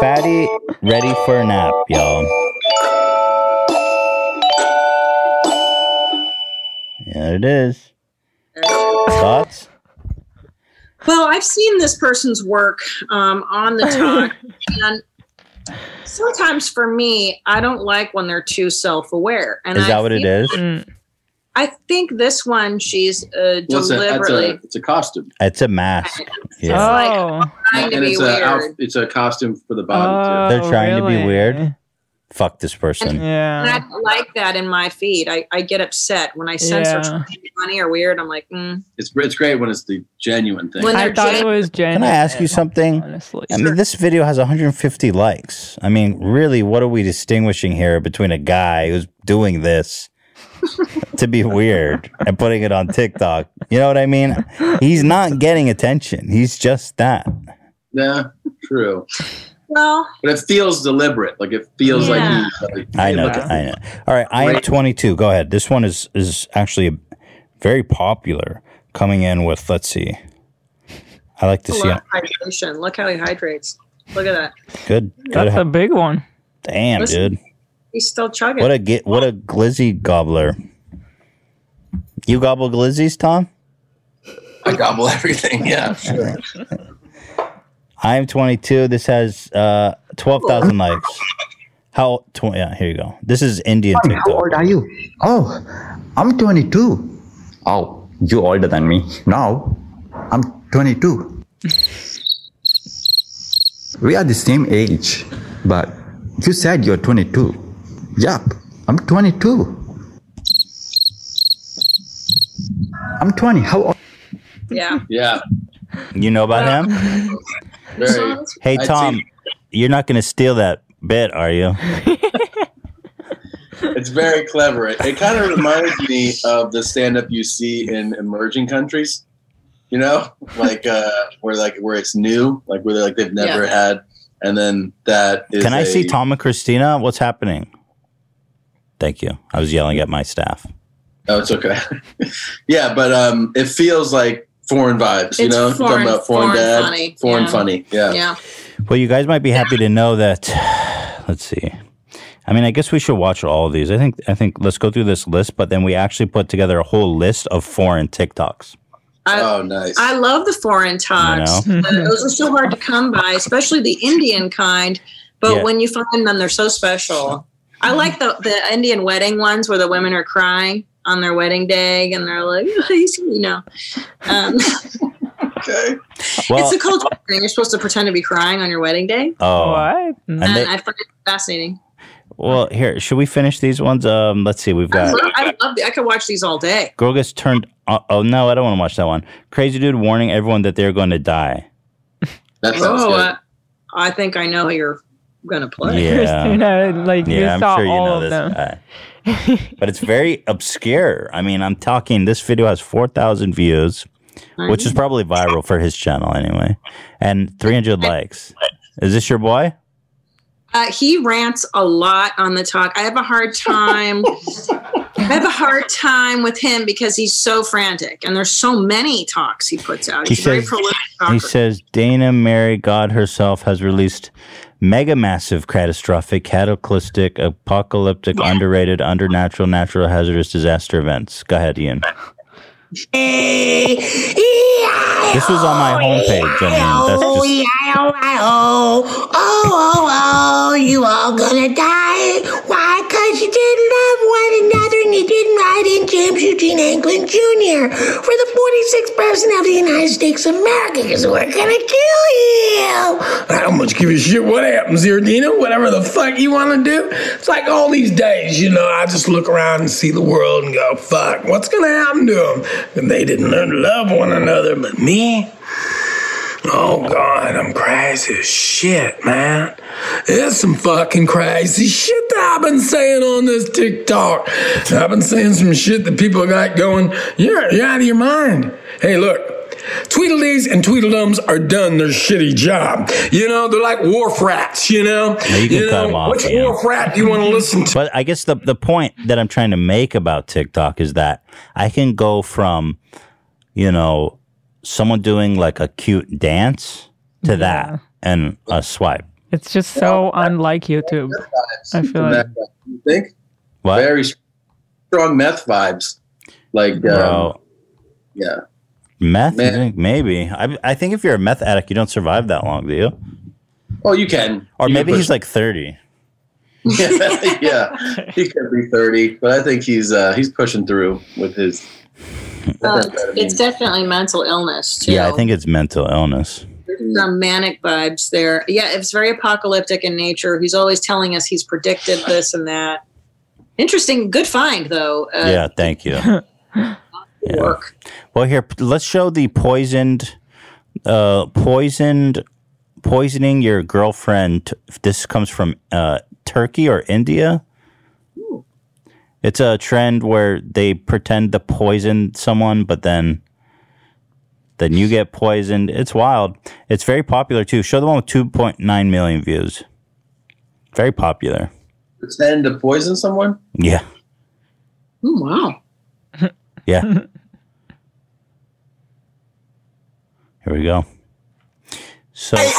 S1: Fatty Ready for a Nap, y'all. Yeah, it is. Thoughts?
S4: Well, I've seen this person's work um, on the
S1: <laughs>
S4: talk, and sometimes for me, I don't like when they're too self-aware. And
S1: Is
S4: I
S1: that what it
S4: think-
S1: is?
S2: Mm.
S4: I think this one she's uh,
S3: Well, it's a, that's a,
S4: deliberately
S3: it's a costume.
S1: It's a mask. Yeah.
S2: Oh.
S4: like trying to
S3: and
S4: be
S3: it's
S4: weird.
S3: a outf- it's a costume for the body.
S2: Oh,
S1: They're trying to be
S3: really?
S1: weird. Fuck this person.
S4: And I don't like that in my feed. I, I get upset when I sense
S2: Yeah.
S4: they're trying to be funny or weird. I'm like, mm.
S3: too. It's it's great when it's the genuine thing.
S4: When
S2: I thought it was
S1: Can
S2: genuine.
S1: I ask you something? I mean, this video has 150 likes. I mean, really, what are we distinguishing here between a guy who's doing this <laughs> to be weird and putting it on TikTok? You know what I mean? He's not getting attention. He's just that.
S3: yeah, true.
S4: Well,
S3: But it feels deliberate. Like it feels
S4: Yeah.
S3: like, he's, like
S1: I know.
S3: look at
S1: I know. All right. I am 22. Go ahead. This one is is actually very popular. Coming in with let's see. I like to see.
S4: low hydration. Look how he hydrates. Look at that.
S1: Good. good
S4: That's a
S1: big one. Damn,
S4: Listen,
S1: dude.
S4: He's still chugging.
S1: What a gi- what a glizzy gobbler. You gobble glizzies, Tom?
S3: I gobble everything. Yeah, sure.
S1: I'm 22. This has uh, 12,000 likes. How? Tw- yeah, here you go. This is Indian
S16: Hi,
S1: TikTok.
S16: How old are you? Oh, I'm 22. Oh, you older than me. Now, I'm 22. we are the same age, but you said you're 22. Yup, I'm 22. I'm 20. How old?
S1: <laughs>
S4: Yeah.
S3: Yeah.
S1: You know about him?
S3: Very.
S1: Hey,
S3: Uh, I'd
S1: Tom,
S3: say
S1: you're not going to steal that bit, are you?
S3: it's very clever. It, it kind of reminds me of the stand-up you see in emerging countries. You know, like uh, where like where it's new, like where they like they've never
S1: Yeah.
S3: had, and then that is.
S1: Can I
S3: a-
S1: see Tom and Christina? What's happening? Thank you. I was yelling at my staff.
S3: Oh, it's okay. <laughs> yeah, but um, it feels like foreign vibes. You
S4: It's
S3: know,
S4: foreign- foreign
S3: dad,
S4: funny,
S3: foreign
S4: yeah.
S3: funny. Yeah.
S4: Yeah.
S1: Well, you guys might be happy to know that. <sighs> Let's see. I mean, I guess we should watch all of these. I think. I think. Let's go through this list, but then we actually put together a whole list of foreign
S2: <laughs>
S1: TikToks.
S4: I,
S3: oh, nice.
S4: I love the foreign talks.
S1: You know?
S4: Uh, those are so hard to come by, especially the Indian kind. But
S1: Yeah. Mm-hmm.
S4: when you find them, they're so special. I like the, the Indian wedding ones where the women are crying on their wedding day and they're like, <laughs> you know. Um, <laughs>
S1: Well-
S4: it's a cultural thing. You're supposed to pretend to be crying on your wedding day.
S1: Oh,
S4: And,
S1: And they-
S4: I find it fascinating.
S1: well, here. Should we finish these ones? Um, let's see. We've
S4: I
S1: got.
S4: love, I love the, I could watch these all day.
S1: Girl gets turned. Uh, oh no, I don't want to watch that one. Crazy dude warning everyone that they're going to die.
S3: That
S4: oh, uh, I think I know who you're going to play.
S1: Yeah.
S2: <laughs> Christina, like you
S1: Yeah, I'm
S2: saw
S1: sure you
S2: all
S1: know
S2: of
S1: this
S2: them. <laughs>
S1: guy. but it's very obscure. I mean, I'm talking. This video has four thousand views, which is probably viral for his channel anyway, and three hundred likes. Is this your boy?
S4: Uh, he rants a lot on the talk. I have a hard time. I have a hard time with him because he's so frantic, and there's so many talks he puts out.
S1: He
S4: He's a very
S1: says-
S4: prolific
S1: He
S4: talker.
S1: says Dana Mary God herself has released mega massive catastrophic cataclysmic apocalyptic underrated undernatural natural hazardous disaster events. Go ahead, Ian. This was on my homepage. I mean, that's
S14: Oh,
S1: just
S14: yeah, oh, yeah, oh, oh, oh, oh, you all gonna die. Why? Because you didn't love one another and you didn't write in James Eugene Anglin Jr. for the 46th President of the United States of America because we're gonna kill you.
S15: I don't much give a shit what happens here, Dina. Whatever the fuck you want to do. It's like all these days, you know, I just look around and see the world and go, fuck, what's going to happen to them? And they didn't learn to love one another, but me? Oh, God, I'm crazy as shit, man. It's some fucking crazy shit that I've been saying on this TikTok. I've been saying some shit that people got going, you're, you're out of your mind. Hey, look. Tweedledees and Tweedledums are done their shitty job. You know, they're like wharf rats, you know?
S1: Yeah, you can
S15: know,
S1: cut them off.
S15: Which
S1: yeah.
S15: wharf rat do you want to listen to?
S1: But I guess the the point that I'm trying to make about TikTok is that I can go from, you know, someone doing like a cute dance to that and a swipe.
S2: It's just so unlike YouTube.
S4: uh,
S2: I feel like
S3: You think?
S1: What?
S3: Very strong meth vibes. Like, um,
S1: Bro.
S3: yeah.
S1: Meth, You think? maybe. I, I think if you're a meth addict, you don't survive that long, do you?
S3: Well, you can.
S1: Or
S3: You can
S1: maybe
S3: push-
S1: he's like 30.
S3: <laughs> yeah, he could be thirty, but I think he's uh, he's pushing through with his.
S4: Uh, it's definitely mental illness too.
S1: Yeah, I think it's mental illness.
S4: There's some manic vibes there. Yeah, it's very apocalyptic in nature. He's always telling us he's predicted this and that. Interesting, good find though. Uh,
S1: yeah, thank you. Work. Well, here, p- let's show the poisoned, uh, poisoned, poisoning your girlfriend. This comes from uh, Turkey or India. It's a trend where they pretend to poison someone, but then then you get poisoned. It's wild. It's very popular too. Show the one with two point nine million views. Very popular.
S3: Pretend to poison someone.
S1: Yeah.
S4: Oh, wow.
S1: Yeah. Here we go. So muted.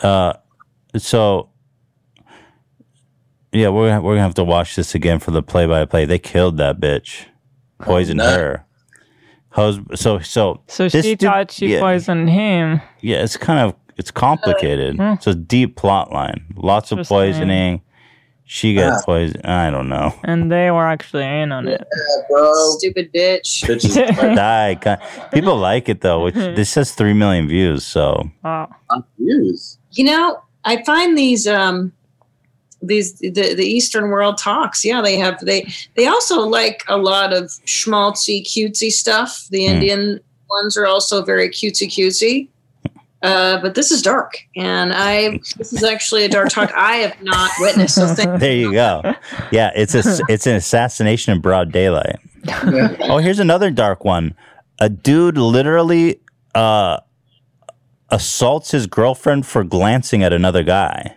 S1: Uh, so yeah, we're gonna, we're gonna have to watch this again for the play by play. They killed that bitch, poisoned her. Hus- so so
S2: So
S1: this
S2: she
S1: dude-
S2: thought she
S1: yeah,
S2: poisoned him.
S1: yeah, it's kind of it's complicated.
S2: Hmm.
S1: It's a deep plot line. Lots of
S2: Interesting.
S1: poisoning. She
S2: Ah.
S1: got poisoned. I don't know. <laughs>
S2: And they were actually in on it.
S4: Stupid bitch.
S1: <laughs> die. kind- People like it
S2: <laughs>
S1: though. Which this has three million views. So
S2: Oh.
S4: Wow. <laughs>
S3: Views.
S4: You know, I find these um these the, the Eastern world talks. Yeah, they have they they also like a lot of schmaltzy cutesy stuff. The
S1: Hmm.
S4: Indian ones are also very cutesy cutesy. Uh, but this is dark, and I this is actually a dark talk I have not witnessed.
S1: <laughs>
S4: So thank
S1: there you go. Yeah, it's a it's an assassination in broad daylight. Oh, here's another dark one. A dude literally uh, assaults his girlfriend for glancing at another guy.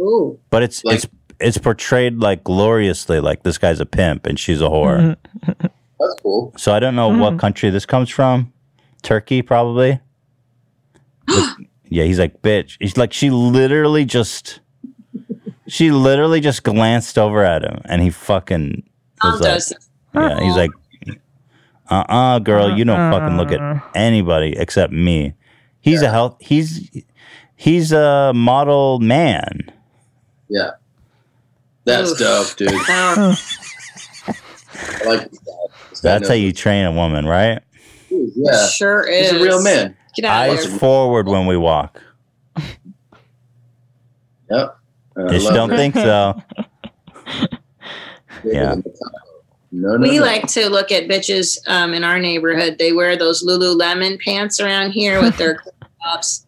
S4: Ooh.
S1: But it's it's it's portrayed like gloriously, like this guy's a pimp and she's a whore.
S3: That's cool.
S1: So I don't know what country this comes from. Turkey, probably. <gasps> But- yeah, he's like, bitch. He's like, she literally just, she literally just glanced over at him, and he fucking was
S4: Tom does
S1: like, yeah, he's like, uh, uh girl, you don't fucking look at anybody except me. He's a health. He's, he's a model man.
S3: Yeah, that's
S4: Oof.
S3: dope, dude.
S4: Um,
S3: I like this guy. This guy
S1: That's how
S3: knows
S1: you train a woman, right?
S3: what he is. Yeah,
S4: sure
S3: He's
S4: is.
S3: a real man.
S4: Get out of
S1: Eyes
S4: there.
S1: forward when we walk.
S3: Yep. I
S1: Just
S3: love
S1: don't
S3: it.
S1: think
S3: <laughs>
S1: so. yeah.
S3: No, no,
S4: we
S3: no.
S4: like to look at bitches um, in our neighborhood. They wear those Lululemon pants around here with
S1: <laughs>
S4: their clip tops,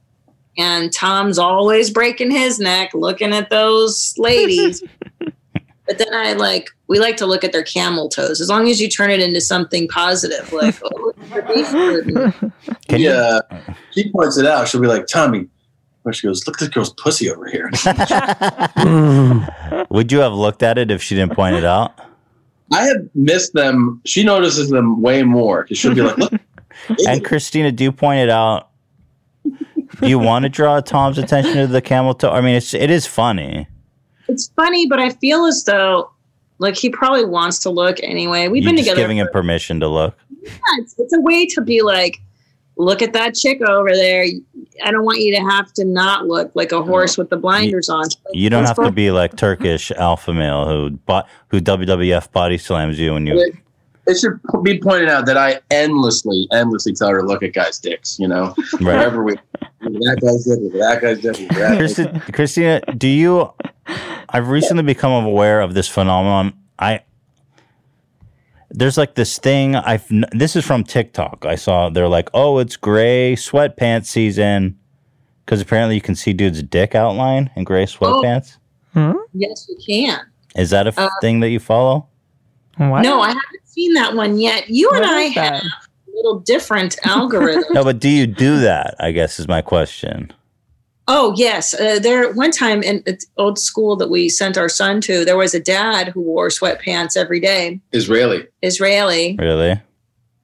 S4: and Tom's always breaking his neck looking at those
S1: <laughs>
S4: ladies. but then I like we like to look at their camel toes. As long as you turn it into something positive, like oh, look at her beef
S1: <laughs>
S4: burden.
S3: yeah, she uh, points it out. She'll be like, Tommy. Where she goes, look at this girl's pussy over here.
S1: <laughs> Would you have looked at it if she didn't point it out?
S3: I have missed them. She notices them way more because she'll be like,
S1: <laughs>
S3: look,
S1: And Christina, do you point it out? Do you want to draw Tom's attention to the camel toe? I mean, it's it is funny.
S4: it's funny, but I feel as though like he probably wants to look anyway. We've
S1: You're
S4: been
S1: just
S4: together
S1: giving him permission to look.
S4: yeah, it's, it's a way to be like, look at that chick over there. I don't want you to have to not look like a horse with the blinders on.
S1: You don't have to be like Turkish alpha male who bought who WWF body slams you when you.
S3: it, it should p- be pointed out that I endlessly, endlessly tell her to look at guys' dicks, you know?
S1: Right.
S3: Wherever we, that guy's dick, look at that guy's dick, look at that guy's dick.
S1: <laughs> Christi- Christina, do you? I've recently become aware of this phenomenon. I there's like this thing. I've n- this is from TikTok. I saw they're like, oh, it's gray sweatpants season because apparently you can see dude's dick outline in gray sweatpants.
S4: Yes, you can.
S1: Is that a f-
S4: Uh,
S1: thing that you follow?
S2: Mm,
S1: What?
S4: No, I haven't seen that one yet. You and
S2: <laughs>
S4: I have a little different
S1: <laughs>
S4: algorithm.
S1: No, but do you do that? I guess is my question.
S4: Oh yes, uh, there one time in the old school that we sent our son to, there was a dad who wore sweatpants every day,
S3: Israeli.
S4: Israeli,
S1: Really?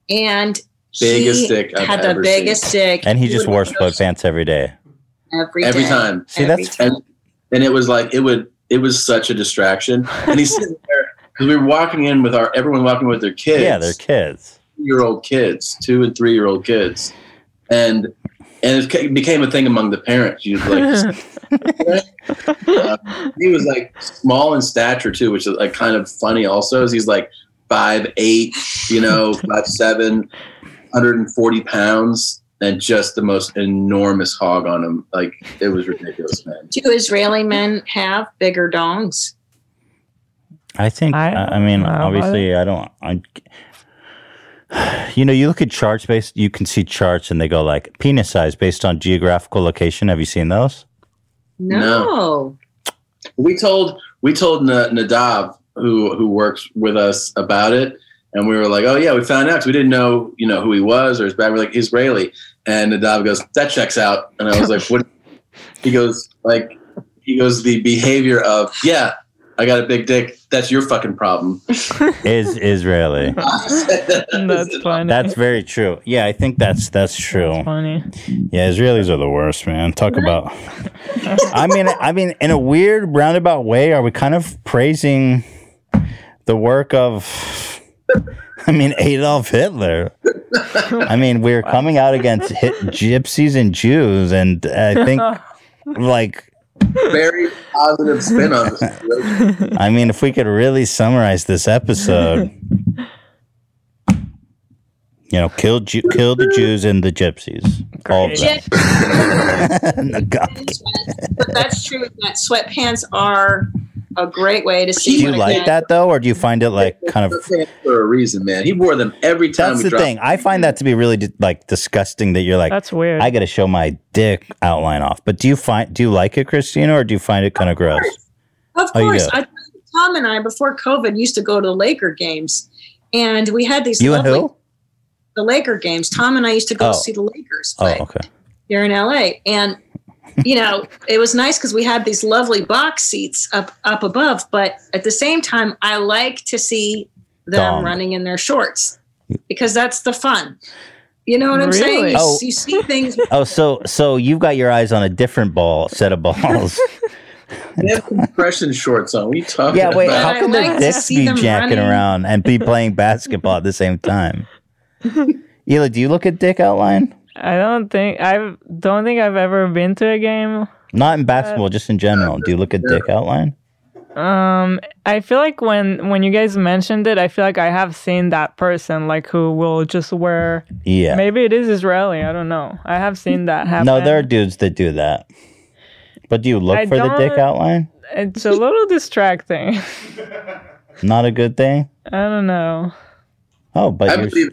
S4: and he
S1: Biggest dick I've
S4: had the
S1: ever
S4: biggest dick,
S1: And he just wore sweatpants every day.
S4: every,
S3: Every
S4: day.
S3: time.
S1: See, that's
S3: And, and it was like, it would, it was such a distraction. And he's sitting there because we were walking in with our everyone walking with their kids.
S1: Yeah, they're kids,
S3: year old kids, two and three year old kids, and and it ca- became a thing among the parents. You
S1: <laughs>
S3: like uh, <laughs> he was like small in stature too, which is like kind of funny. Also, is he's like five eight, you know, five seven, 140 pounds, and just the most enormous hog on him. Like it was ridiculous, man.
S4: Do Israeli men have bigger dongs?
S1: I think. I, I mean, obviously, I don't. I, <sighs> you know, you look at charts based. You can see charts, and they go like penis size based on geographical location. Have you seen those?
S4: No.
S3: We told we told N- Nadav who who works with us about it, and we were like, "Oh yeah, we found out 'cause we didn't know you know who he was or his background." We're like Israeli, and Nadav goes, "That checks out," and I was like, "What?" He goes like he goes the behavior of yeah. I got a big dick. That's your fucking problem. <laughs>
S1: Is Israeli?
S2: That's funny.
S1: That's very true. Yeah, I think that's that's true.
S2: funny.
S1: Yeah, Israelis are the worst, man. Talk about. I mean, I mean, in a weird roundabout way, are we kind of praising the work of? I mean, Adolf Hitler. I mean, we're coming out against hit, gypsies and Jews, and I think, like,
S3: Very positive spin on this.
S1: I mean, if we could really summarize this episode, you know, kill Ju- kill the Jews and the gypsies. All of them. <laughs> No, God.
S4: But that's true. That sweatpants are a great way to
S1: Do
S4: see.
S1: you
S4: what a
S1: like
S4: good-
S1: that though, or do you find it like kind of
S3: for a reason, man? He wore them every time.
S1: That's
S3: we
S1: the
S3: dropped-
S1: thing. I find that to be really like disgusting. That you're like,
S2: That's weird.
S1: I got to show my dick outline off. But do you find do you like it, Christina, or do you find it kind of gross?
S4: Of
S1: Oh, you
S4: course,
S1: do.
S4: I, Tom and I before COVID used to go to the Laker games, and we had these.
S1: You and
S4: lovely-
S1: who?
S4: The Laker games. Tom and I used to go
S1: Oh.
S4: see the Lakers
S1: Oh, okay.
S4: here in LA, and you know it was nice because we had these lovely box seats up up above. But at the same time, I like to see them
S1: Dong.
S4: running in their shorts because that's the fun. You know what I'm saying?
S1: Really?
S4: You,
S1: Oh.
S4: you see things.
S1: Oh, so so you've got your eyes on a different ball set of balls.
S3: They have compression shorts on. What are you talking
S1: yeah, wait.
S3: about?
S1: How can their dicks be jacking around and be playing basketball at the same time? Ela, do you look at dick outline?
S2: I don't think I don't think I've ever been to a game.
S1: Not in basketball, just in general. Do you look at dick outline?
S2: Um, I feel like when when you guys mentioned it, I feel like I have seen that person like who will just wear.
S1: Yeah.
S2: Maybe it is Israeli. I don't know. I have seen that happen.
S1: No, there are dudes that do that. But do you look
S2: I
S1: for the dick
S2: don't-
S1: outline?
S2: It's a little distracting. <laughs>
S1: Not a good thing.
S2: I don't know.
S1: Oh, but you're,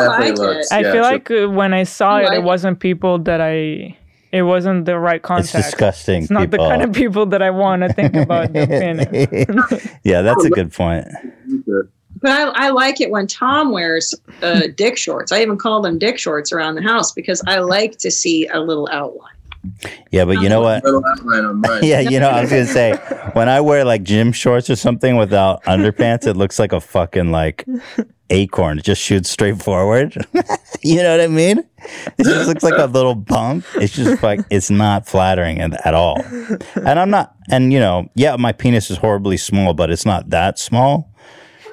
S2: I feel like uh, when I saw it, it wasn't people that I. It wasn't the right
S1: it's
S2: context.
S1: disgusting.
S2: It's not the
S1: people.
S2: kind of people that I want to think
S1: <laughs>
S2: about their penis.
S1: yeah, that's a good point.
S4: But I, I like it when Tom wears uh, dick shorts. I even call them dick shorts around the house because I like to see a little outline.
S1: Yeah, but you know what?
S3: Little outline on
S1: <laughs>
S3: mine.
S1: Yeah, you know, I was gonna say when I wear like gym shorts or something without underpants, it looks like a fucking like acorn. It just shoots straight forward. <laughs> you know what I mean? It just looks like a little bump. It's just like it's not flattering at, at all. And I'm not. And you know, yeah, my penis is horribly small, but it's not that small.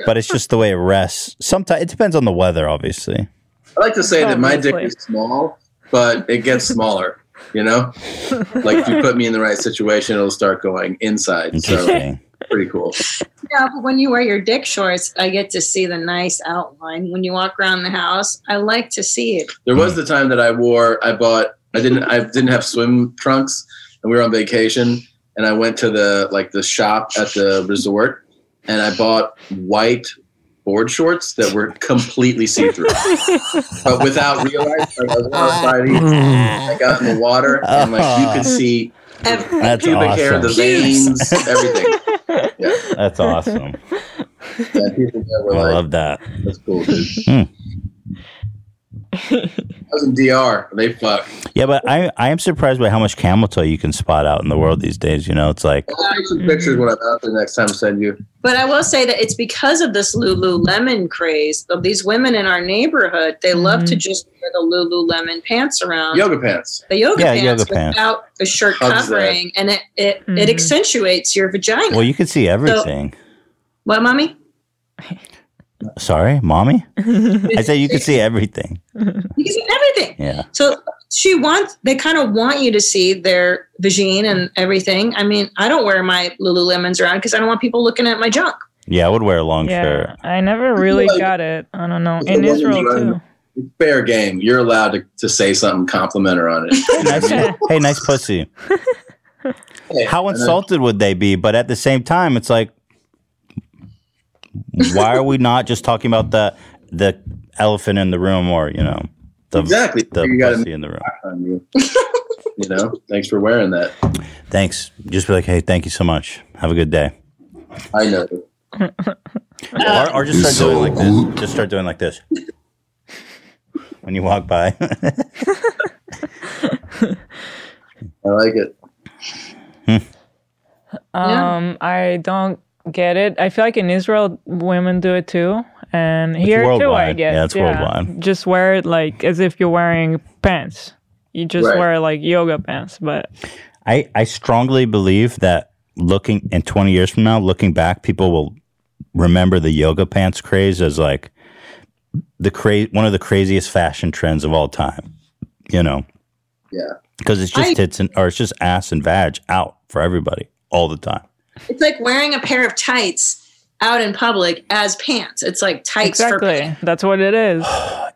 S1: But it's just the way it rests. Sometimes it depends on the weather, obviously.
S3: I like to say that my dick is
S2: Obviously.
S3: small, but it gets smaller. You know, like if you put me in the right situation, it'll start going inside. So
S1: Interesting.
S3: pretty cool.
S4: Yeah, but when you wear your dick shorts, I get to see the nice outline. When you walk around the house, I like to see it.
S3: There was the time that I wore, I bought, I didn't, I didn't have swim trunks, and we were on vacation, and I went to the like the shop at the resort, and I bought white board shorts that were completely see through, but without realizing, like, I was outside, I got in the water, and like you could see.
S1: That's
S3: pubic hair, the
S1: awesome. <laughs>
S3: veins, everything.
S1: That's awesome.
S3: Yeah, people that were
S1: I
S3: like,
S1: love that.
S3: That's cool, dude.
S1: Hmm.
S3: I was in DR. They fuck.
S1: Yeah, but I I am surprised by how much camel toe you can spot out in the world these days. You know, it's like
S3: I'll take some pictures when I'm out there next time. Send you.
S4: But I will say that it's because of this Lululemon craze of these women in our neighborhood. They love to just wear the Lululemon pants around.
S3: Yoga pants.
S4: The yoga
S1: Yeah,
S4: pants
S1: yoga pants.
S4: without a shirt
S1: Hugs that.
S4: covering, and it it, it accentuates your vagina.
S1: well, you can see everything.
S4: What, mommy?
S1: Sorry, mommy? I said you could see everything.
S4: <laughs> You can see everything.
S1: Yeah.
S4: So she wants, they kind of want you to see their vagine and everything. I mean, I don't wear my Lululemons around because I don't want people looking at my junk.
S1: Yeah, I would wear a long shirt.
S2: I never really
S4: Like-
S2: got it. I don't know.
S4: Like
S2: In
S4: a woman's
S2: Israel
S4: run.
S2: too.
S3: Fair game. You're allowed to, to say something compliment her on
S1: <laughs> it. Hey, nice pussy. How insulted would they be? But at the same time, it's like, why are we not just talking about the the elephant in the room, or you know, the,
S3: Exactly.
S1: the
S3: You gotta-
S1: pussy in the room?
S3: you. you know, thanks for wearing that.
S1: Thanks. Just be like, hey, thank you so much. Have a good day.
S3: I know.
S1: or, or just start doing like this. Just start doing like this <laughs> when you walk by. <laughs>
S3: I like it.
S2: Um, I don't get it. I feel like in Israel, women do it too, and here too. I
S1: worldwide.
S2: guess
S1: Yeah, it's worldwide.
S2: Just wear it like as if you're wearing pants. You just
S1: Right.
S2: wear like yoga pants, but
S1: I, I strongly believe that looking in 20 years from now, looking back, people will remember the yoga pants craze as like the cra- one of the craziest fashion trends of all time, you know,
S3: Yeah.
S1: because it's just
S4: I-
S1: tits and, or it's just ass and vag out for everybody all the time.
S4: It's like wearing a pair of tights out in public as pants. It's like tights for
S2: exactly that's what it is.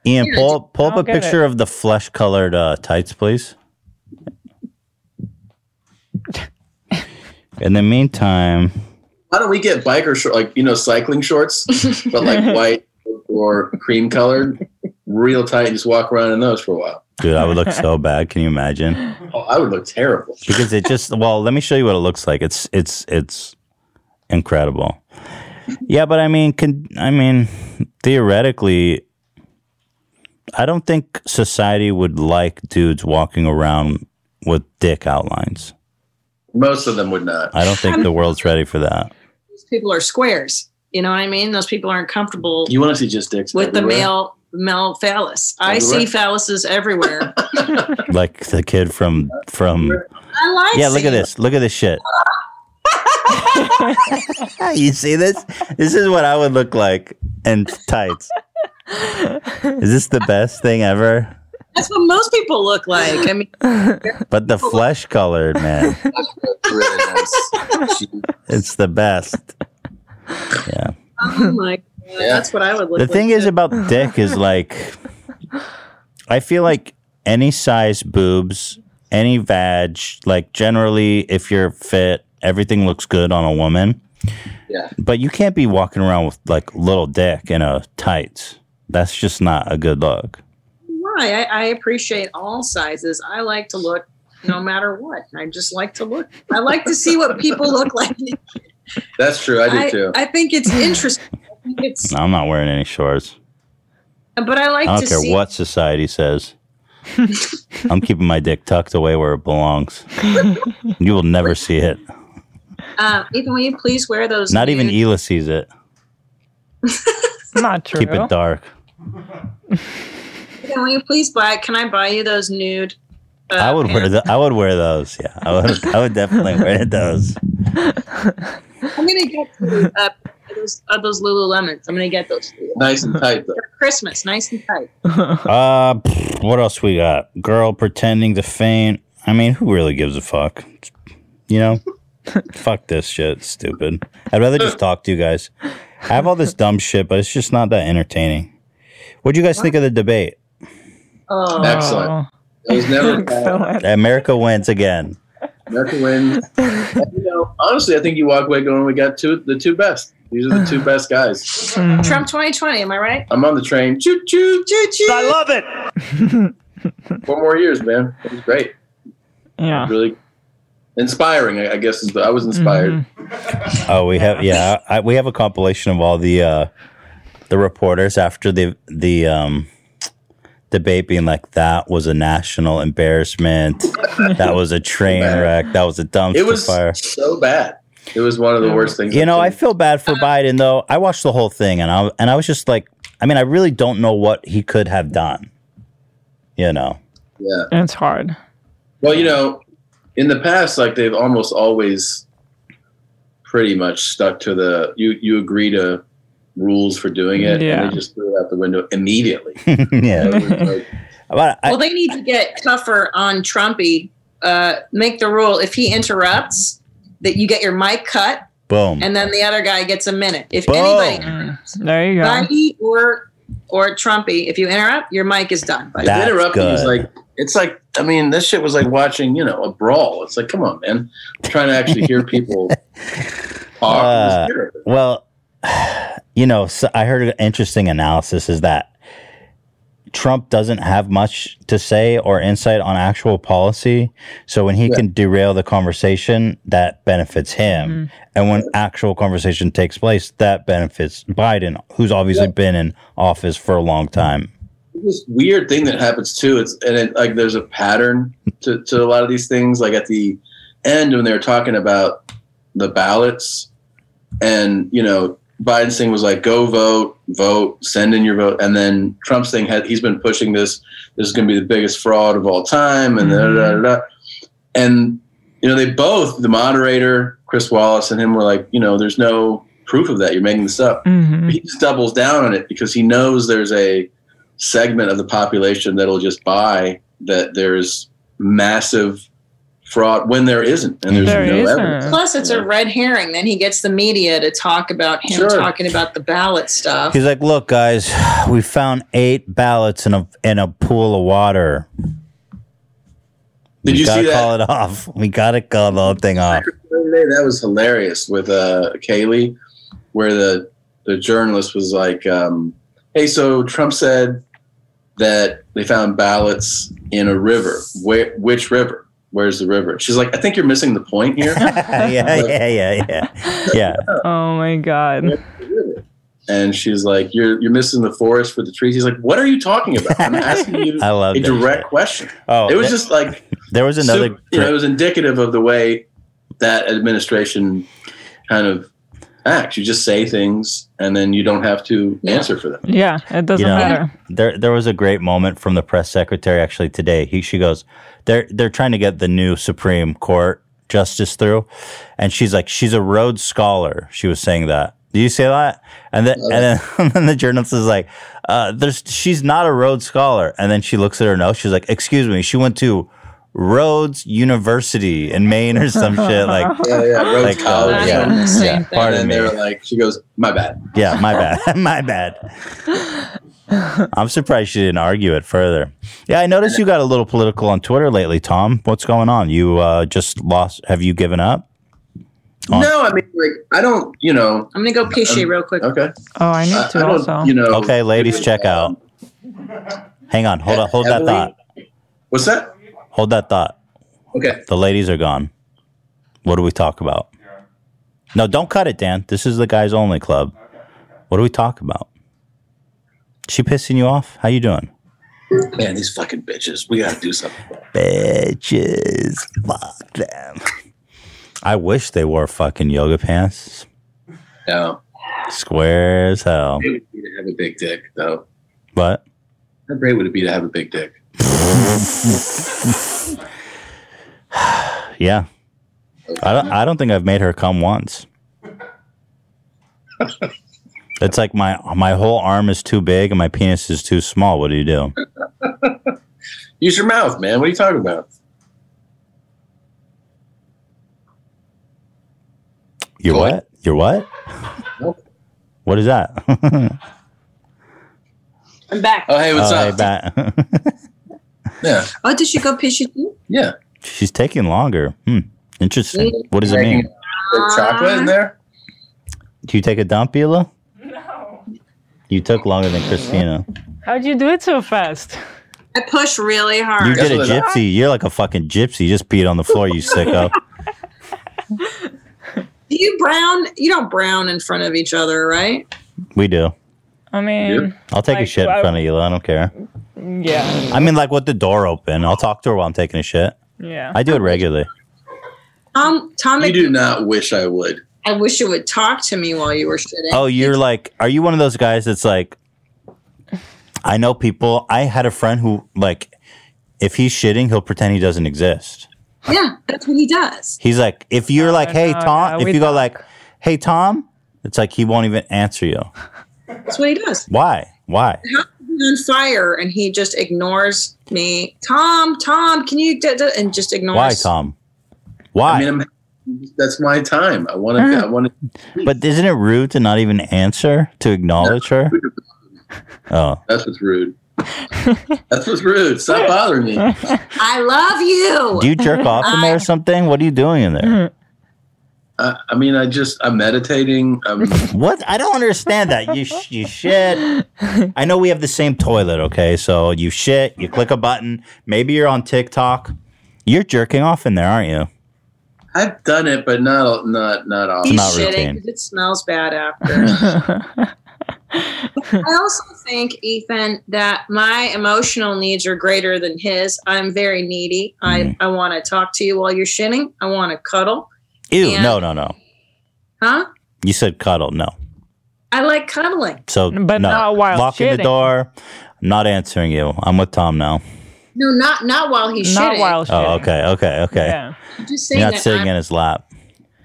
S1: Ian, pull, pull up a
S2: I don't get
S1: picture
S2: it.
S1: of the flesh colored uh, tights,
S2: <laughs>
S1: please. In the meantime,
S3: Why don't we get biker short, like you know, cycling shorts,
S1: <laughs>
S3: but like white or cream colored, real tight. Just walk around in those for a while.
S1: dude, I would look so bad. Can you imagine?
S3: Oh, I would look terrible.
S1: because it just well let me show you what it looks like it's it's it's incredible yeah but i mean can i mean theoretically i don't think society would like dudes walking around with dick outlines
S3: Most of them would not.
S1: i don't think the world's ready for that
S4: Those people are squares. You know what I mean? Those people aren't comfortable
S3: You want to see just dicks
S4: with the
S3: everywhere. <laughs>
S4: male male phallus. I see
S1: Everywhere. <laughs>
S4: phalluses everywhere.
S1: like the kid from from
S4: I like
S1: yeah look at this look at this shit <laughs> you see this this is what i would look like in tights is this the best thing ever
S4: That's what most people look like.
S1: <laughs>
S4: I mean,
S1: But the flesh colored man, it's the best. Yeah.
S4: oh my God, that's what I would look
S1: The
S4: like.
S1: thing is about dick
S4: <laughs>
S1: is like, I feel like any size boobs, any vag, like generally, if you're fit, everything looks good on a woman.
S3: Yeah.
S1: But you can't be walking around with like little dick in a tights. That's just not a good look.
S4: Why? I, I appreciate all sizes. I like to look no matter what. I just like to look. I like to see what people
S1: <laughs>
S4: look like.
S3: That's true. I do
S4: I,
S3: too.
S4: I think it's interesting. I think it's,
S1: I'm not wearing any shorts.
S4: but I like
S1: I
S4: to
S1: don't care
S4: see.
S1: what society
S4: <laughs>
S1: says. I'm keeping my dick tucked away where it
S4: <laughs>
S1: belongs. you will never see it.
S4: Uh, Ethan, will you please wear those?
S1: Not even
S4: nude-
S1: Hela sees it.
S2: Not true.
S1: Keep it dark.
S4: Ethan, will you please buy? Can I buy you those nude? Uh,
S1: I would wear
S4: pants?
S1: the, I would wear those. Yeah, I would. I would definitely wear those.
S4: I'm gonna get you, uh, those uh, those Lululemons. I'm gonna get those for you.
S3: Nice and tight though.
S4: For Christmas, nice and tight.
S1: Uh, pff, what else we got? Girl pretending to faint. I mean, who really gives a fuck? You <laughs> know, fuck this shit. It's stupid. I'd rather just talk to you guys. I have all this dumb shit, but it's just not that entertaining. What do you guys think of the debate?
S4: Oh,
S3: Excellent. It was
S2: Oh, <laughs>
S3: never
S1: America wins again.
S3: America wins. And, you know, honestly, I think you walk away going, "We got two, the two best. These are the two best guys."
S4: Trump 2020. Am I right?
S3: I'm on the train. Choo choo choo choo.
S4: I
S3: love it. <laughs> Four more years, man. It was great.
S2: Yeah.
S3: Really inspiring. I, I guess is the, I was inspired.
S1: Oh, we have yeah, I, we have a compilation of all the uh, the reporters after the the um, debate being like that was a national embarrassment, that was a
S3: <laughs>
S1: train wreck, that was a dumpster
S3: It was
S1: fire.
S3: so bad. It was one of the worst things.
S1: You know, I feel bad for Biden though. I watched the whole thing and I and I was just like, I mean, I really don't know what he could have done. You know, <laughs>
S3: Yeah.
S2: It's hard.
S3: Well, you know, in the past, like they've almost always pretty much stuck to the you you agree to rules for doing it.
S2: Yeah.
S3: And they just threw it out the window immediately.
S1: yeah. But I,
S4: well, they need to get tougher on Trumpy. Uh, make the rule if he interrupts that you get your mic cut,
S1: boom.
S4: and then the other guy gets a minute. If
S1: Boom.
S4: anybody,
S2: There you go.
S4: Biden or or Trumpy, if you interrupt, your mic is done.
S3: <laughs> Like, they interrupt me, It's like it's like I mean, this shit was like watching you know a brawl. It's like, come on, man, I'm trying to actually hear people talk.
S1: Uh,
S3: It was weird.
S1: well, <sighs> you know, so I heard an interesting analysis is that Trump doesn't have much to say or insight on actual policy. So when he
S3: Yeah.
S1: can derail the conversation, that benefits him. And when actual conversation takes place, that benefits Biden, who's obviously been in office for a long time.
S3: this weird thing that happens too. It's and it, like there's a pattern to, to a lot of these things. Like at the end when they were talking about the ballots, and you know Biden's thing was like go vote, vote, send in your vote, and then Trump's thing had he's been pushing this. This is going to be the biggest fraud of all time, and da, da, da, da, da. and you know they both the moderator Chris Wallace and him were like you know there's no proof of that. You're making this up.
S2: Mm-hmm.
S3: He just doubles down on it because he knows there's a segment of the population that'll just buy that there's massive fraud when there isn't and there's no evidence.
S4: Plus, it's a red herring. Then he gets the media to talk about him
S1: Sure.
S4: talking about the ballot stuff.
S1: He's like, "Look, guys, <sighs> we found eight ballots in a in a pool of water.
S3: Did
S1: we
S3: you see
S1: gotta
S3: that-
S1: call it off. We gotta call the whole thing off."
S3: The other day, That was hilarious with uh, Kaylee, where the the journalist was like, um, "Hey, so Trump said that they found ballots in a river. Where, which river? Where's the river?" She's like, "I think you're missing the point <laughs> here."
S1: <laughs> yeah, yeah, yeah, yeah, yeah.
S2: Oh my god.
S3: and she's like, "You're you're missing the forest for the trees." He's like, "What are you talking
S1: <laughs>
S3: about?" I'm asking you
S1: I love
S3: a
S1: that
S3: direct question.
S1: Oh,
S3: it was
S1: that-
S3: just like
S1: There was another.
S3: super- you know, it was indicative of the way that administration kind of acts. You just say things, and then you don't have to answer for them.
S2: Yeah, it doesn't matter.
S1: There, there was a great moment from the press secretary actually today. He, she goes, they're they're trying to get the new Supreme Court justice through, and she's like, she's a Rhodes scholar. She was saying that. Do you say that? And then, and then, <laughs> and then the journalist is like, uh, "There's she's not a Rhodes scholar." And then she looks at her notes. She's like, "Excuse me, she went to." Rhodes University in Maine or some shit like
S3: Yeah, yeah, Rhodes
S1: like, uh,
S3: College.
S1: yeah, yeah,
S3: and
S1: pardon
S3: then
S1: me
S3: they were like, "She goes, my bad."
S1: yeah, my bad. <laughs> my bad. I'm surprised she didn't argue it further. Yeah, I noticed you got a little political on Twitter lately, Tom. What's going on? You uh, just lost. Have you given up?
S3: No, I mean, like, I don't. You know,
S4: I'm gonna go pee
S1: Um,
S4: shit real quick.
S3: Okay.
S2: Oh, I need to also.
S3: You know,
S1: Okay, ladies, check out. Hang on. Hold on. Hold that
S3: Emily?
S1: thought.
S3: What's that?
S1: Hold that thought.
S3: Okay.
S1: The ladies are gone. What do we talk about? No, don't cut it, Dan. This is the guys only club. What do we talk about? She pissing you off? How you doing?
S3: man, these fucking bitches. We gotta do something.
S1: bitches. Fuck them. I wish they wore fucking yoga pants.
S3: No,
S1: Square as hell.
S3: it would be to have a big dick, though.
S1: But
S3: How great would it be to have a big dick?
S1: yeah. I don't I don't think I've made her come once. It's like my my whole arm is too big and my penis is too small. What do you do?
S3: Use your mouth, man. What are you talking about?
S1: Your what? Your what? What is that?
S4: I'm back.
S3: Oh, hey,
S1: <laughs> Oh, hey, Bat. <laughs>
S3: yeah.
S4: Oh, did she go pee shit? too?
S3: Yeah.
S1: She's taking longer. Hmm. Interesting. What does it mean?
S3: chocolate in there?
S1: Do you take a dump, Beulah? No. You took longer than Christina.
S2: How'd you do it so fast?
S4: I push really hard.
S1: You did a gypsy. You're like a fucking gypsy. You just peed on the floor, you
S4: <laughs>
S1: sicko.
S4: Do you brown? You don't brown in front of each other, right?
S1: We do.
S2: I mean,
S1: I'll take a
S2: Like,
S1: shit in
S2: I-
S1: front of you. I don't care.
S2: yeah,
S1: I mean, like with the door open, I'll talk to her while I'm taking a shit.
S2: yeah.
S1: I do it regularly.
S4: Tom, Tom,
S3: You do not wish I would.
S4: I wish you would talk to me while you were shitting.
S1: Oh, you're like, are you one of those guys that's like, I know people. I had a friend who, like, if he's shitting, he'll pretend he doesn't exist.
S4: Yeah, that's what he does.
S1: He's like, if you're like, hey,
S4: no,
S1: Tom,
S4: no,
S1: if
S4: we
S1: you go like, hey, Tom, It's like he won't even answer you.
S4: That's what he does.
S1: Why? Why?
S4: I have to be on fire, and he just ignores me. Tom, Tom, can you? Da, da, and just ignores.
S1: Why, Tom? Why?
S3: I mean, I'm, that's my time. I want to. I want to.
S1: But isn't it rude to not even answer to acknowledge
S4: <laughs>
S1: her? Oh,
S3: That's what's rude. That's what's rude. Stop bothering me.
S4: I love you.
S1: do you jerk off in there or something? What are you doing in there?
S4: Mm.
S3: I, I mean, I just I'm meditating. I'm,
S1: What? I don't understand that. You sh- you shit. I know we have the same toilet, okay? So you shit, you click a button. Maybe you're on TikTok. You're jerking off in there, aren't you?
S3: I've done it, but not not not often.
S4: He's
S1: not
S4: shitting
S1: routine.
S4: 'cause it smells bad after. <laughs>
S1: <laughs>
S4: I also think, Ethan, that my emotional needs are greater than his. I'm very needy.
S1: Mm.
S4: I, I want to talk to you while you're shitting. I want to cuddle.
S1: Ew,
S4: And-
S1: no, no, no.
S4: Huh?
S1: You said cuddle, no.
S4: I like cuddling.
S1: So
S4: But
S1: no.
S4: not while
S1: locking the
S4: shitting.
S1: door. I'm not answering you. I'm with Tom now.
S4: No, not not while he's shitting.
S1: Oh, okay, okay, okay.
S4: I'm just
S1: You're
S4: saying
S1: not
S4: that
S1: sitting
S4: I'm,
S1: in his lap.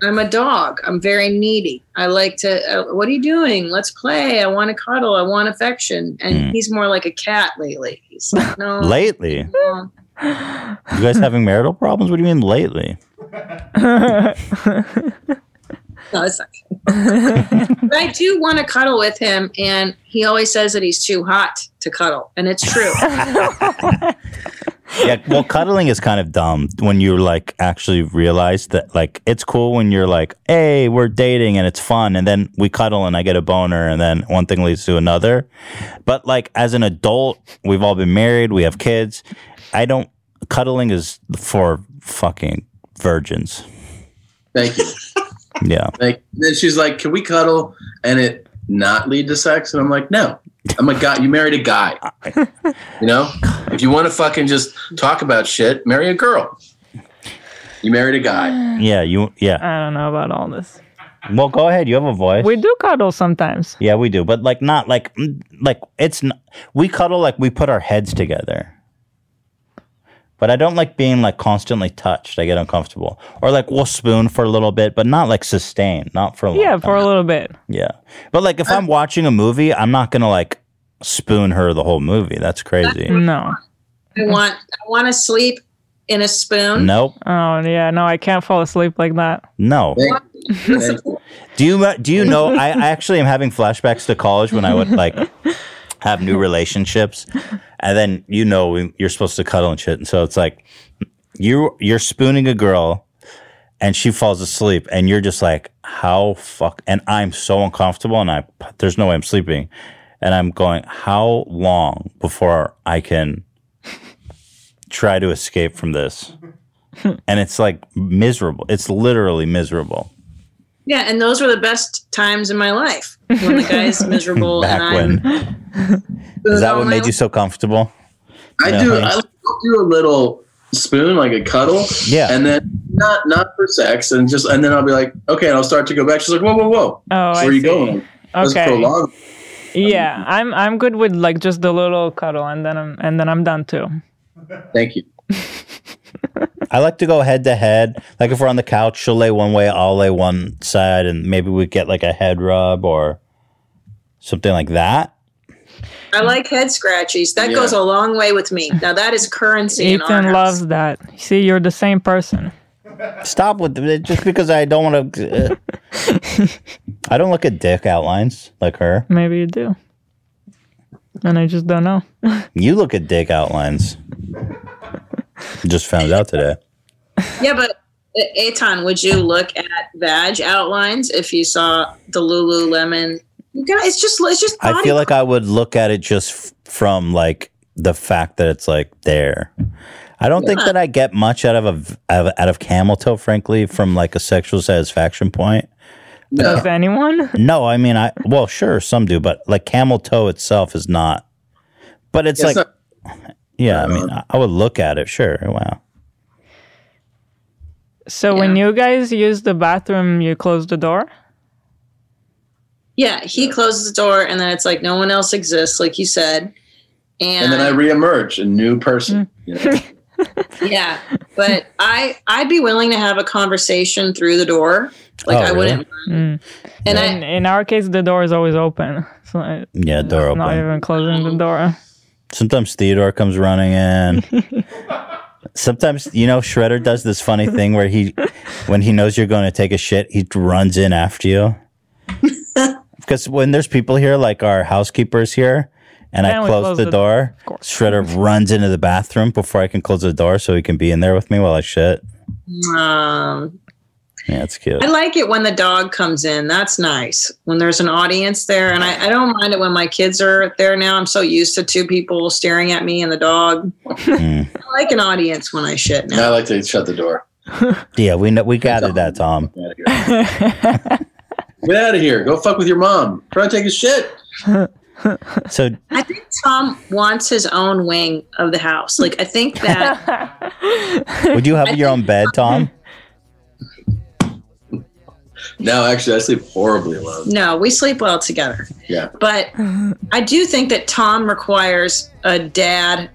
S4: I'm a dog. I'm very needy. I like to. Uh, what are you doing? Let's play. I want to cuddle. I want affection. And
S1: Mm.
S4: he's more like a cat lately. He's like,
S1: <laughs>
S4: no.
S1: Lately, you
S4: no.
S1: guys having marital problems? What do you mean lately?
S4: No, it's not. but I do want to cuddle with him, and he always says that he's too hot to cuddle, and it's true.
S1: yeah, well, cuddling is kind of dumb when you like actually realize that like it's cool when you're like, hey, we're dating and it's fun, and then we cuddle and I get a boner, and then one thing leads to another. But like as an adult, we've all been married, we have kids. I don't cuddling is for fucking virgins.
S3: Thank you.
S1: Yeah.
S3: Like then she's like, "Can we cuddle?" And it not lead to sex, and I'm like, "No." I'm a guy. You married a guy. You know, if you want to fucking just talk about shit, marry a girl. You married a guy.
S1: Yeah, you yeah.
S2: I don't know about all this.
S1: Well, go ahead. You have a voice.
S2: We do cuddle sometimes.
S1: Yeah, we do, but like not like mm, like it's n we cuddle like we put our heads together. But I don't like being like constantly touched. I get uncomfortable. Or like we'll spoon for a little bit, but not like sustained, not for a long
S2: Yeah, for a Uh, little bit.
S1: Yeah. But like if I'm watching a movie, I'm not going to like spoon her the whole movie. That's crazy.
S2: No.
S4: I want I want to sleep in a spoon.
S1: Nope.
S2: Oh yeah, no, I can't fall asleep like that.
S1: No. Do you mu- do you know? I, I actually am having flashbacks to college when I would like have new relationships, and then you know we- you're supposed to cuddle and shit, and so it's like you you're spooning a girl, and she falls asleep, and you're just like how fuck, and I'm so uncomfortable, and I there's no way I'm sleeping, and I'm going how long before I can try to escape from this, and it's like miserable. It's literally miserable.
S4: Yeah, and those were the best times in my life when the guy's
S1: <laughs>
S4: miserable
S1: Back
S4: and I'm
S1: when. Is that what made you so comfortable?
S3: I
S1: No,
S3: do.
S1: thanks.
S3: I like to do a little spoon, like a cuddle.
S1: Yeah.
S3: and then not not for sex, and just and then I'll be like, okay, and I'll start to go back. She's like, whoa, whoa, whoa.
S2: Oh,
S3: where
S2: I
S3: are you
S2: see.
S3: going? Let's
S2: Okay.
S3: prolong.
S2: Yeah, I'm I'm good with like just the little cuddle and then I'm and then I'm done too.
S3: Thank you.
S1: I like to go head to head. Like if we're on the couch, she'll lay one way, I'll lay one side, and maybe we get like a head rub or something like that.
S4: I like head scratchies. That
S1: Yeah.
S4: goes a long way with me. Now that is currency in our
S2: Ethan
S4: house.
S2: loves that. See, you're the same person.
S1: Stop with it. Just because I don't want to. <laughs> I don't look at dick outlines like her.
S2: Maybe you do. And I just don't know.
S1: You look at dick outlines. Just found out today.
S4: Yeah, but A- Aton, would you look at vag outlines if you saw the Lululemon? You guys, it's just it's just body.
S1: I feel like I would look at it just f- from like the fact that it's like there. I don't think
S4: Yeah.
S1: that I get much out of a v- out of- out of camel toe, frankly, from like a sexual satisfaction point.
S2: Does anyone?
S1: No, I mean, I well, sure, some do, but like camel toe itself is not. But it's
S3: Yeah,
S1: like,
S3: it's
S4: Uh,
S1: yeah, I mean, I, I would look at it, sure. Wow,
S2: So when you guys use the bathroom, you close the door?
S4: yeah, he closes the door and then it's like no one else exists, like you said. And,
S2: Mm.
S3: And then I reemerge a new person. you know?
S4: yeah, But I I'd be willing to have a conversation through the door. Like
S2: Oh,
S4: I
S2: really?
S4: wouldn't.
S2: Mm.
S4: And
S2: And
S4: I-
S2: in, in our case, the door is always open. So I-
S1: Yeah, door
S2: Not
S1: open.
S2: even closing the door.
S1: Sometimes Theodore comes running in. Sometimes you know Shredder does this funny thing where he, when he knows you're going to take a shit, he runs in after you. Because when there's people here, like our housekeepers here, and I
S2: Then we
S1: close,
S2: close
S1: the,
S2: the-
S1: door, Shredder runs into the bathroom before I can close the door, so he can be in there with me while I shit.
S4: Um,
S1: Yeah, it's cute.
S4: I like it when the dog comes in. That's nice. When there's an audience there, and I, I don't mind it when my kids are there now. I'm so used to two people staring at me and the dog. I like an audience when I shit now.
S3: I like to shut the door.
S1: yeah, we know we gathered that, Tom.
S3: <laughs> Get out of here. Go fuck with your mom. Try to take a shit.
S1: So
S4: I think Tom wants his own wing of the house. Like I think that
S1: would you have your own bed, Tom?
S3: No, actually, I sleep horribly alone.
S4: no, we sleep well together.
S3: Yeah.
S4: But I do think that Tom requires a dad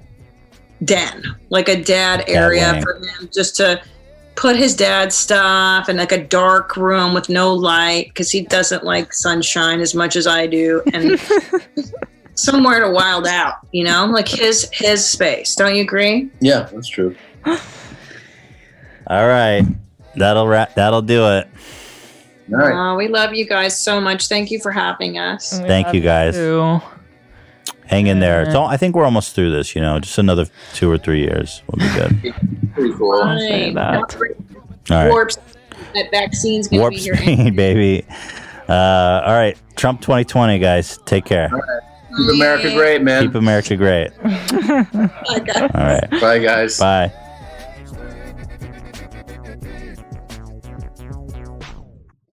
S4: den, like a dad area
S14: wing.
S4: for him just to put his dad's stuff in like a dark room with no light because he doesn't like sunshine as much as I do
S1: <laughs>
S4: and somewhere to wild out, you know, like his his space. Don't you agree?
S3: Yeah, that's true.
S1: All right, that'll wrap. That'll do it.
S3: All
S4: Uh, we love you guys so much. Thank you for having us.
S1: Thank you guys. Hang in there. Don't, I think we're almost through this, you know, just another two or three years will be good.
S3: Pretty cool.
S4: Right. Don't worry.
S1: All right.
S4: Warps. That vaccine's gonna
S1: Warp
S4: be here. any-
S1: speed, <laughs> baby. Uh, all right. Trump 2020, guys. Take care.
S3: Keep America great, man.
S1: Keep America great.
S4: Bye, guys.
S1: All right.
S3: Bye, guys.
S1: Bye.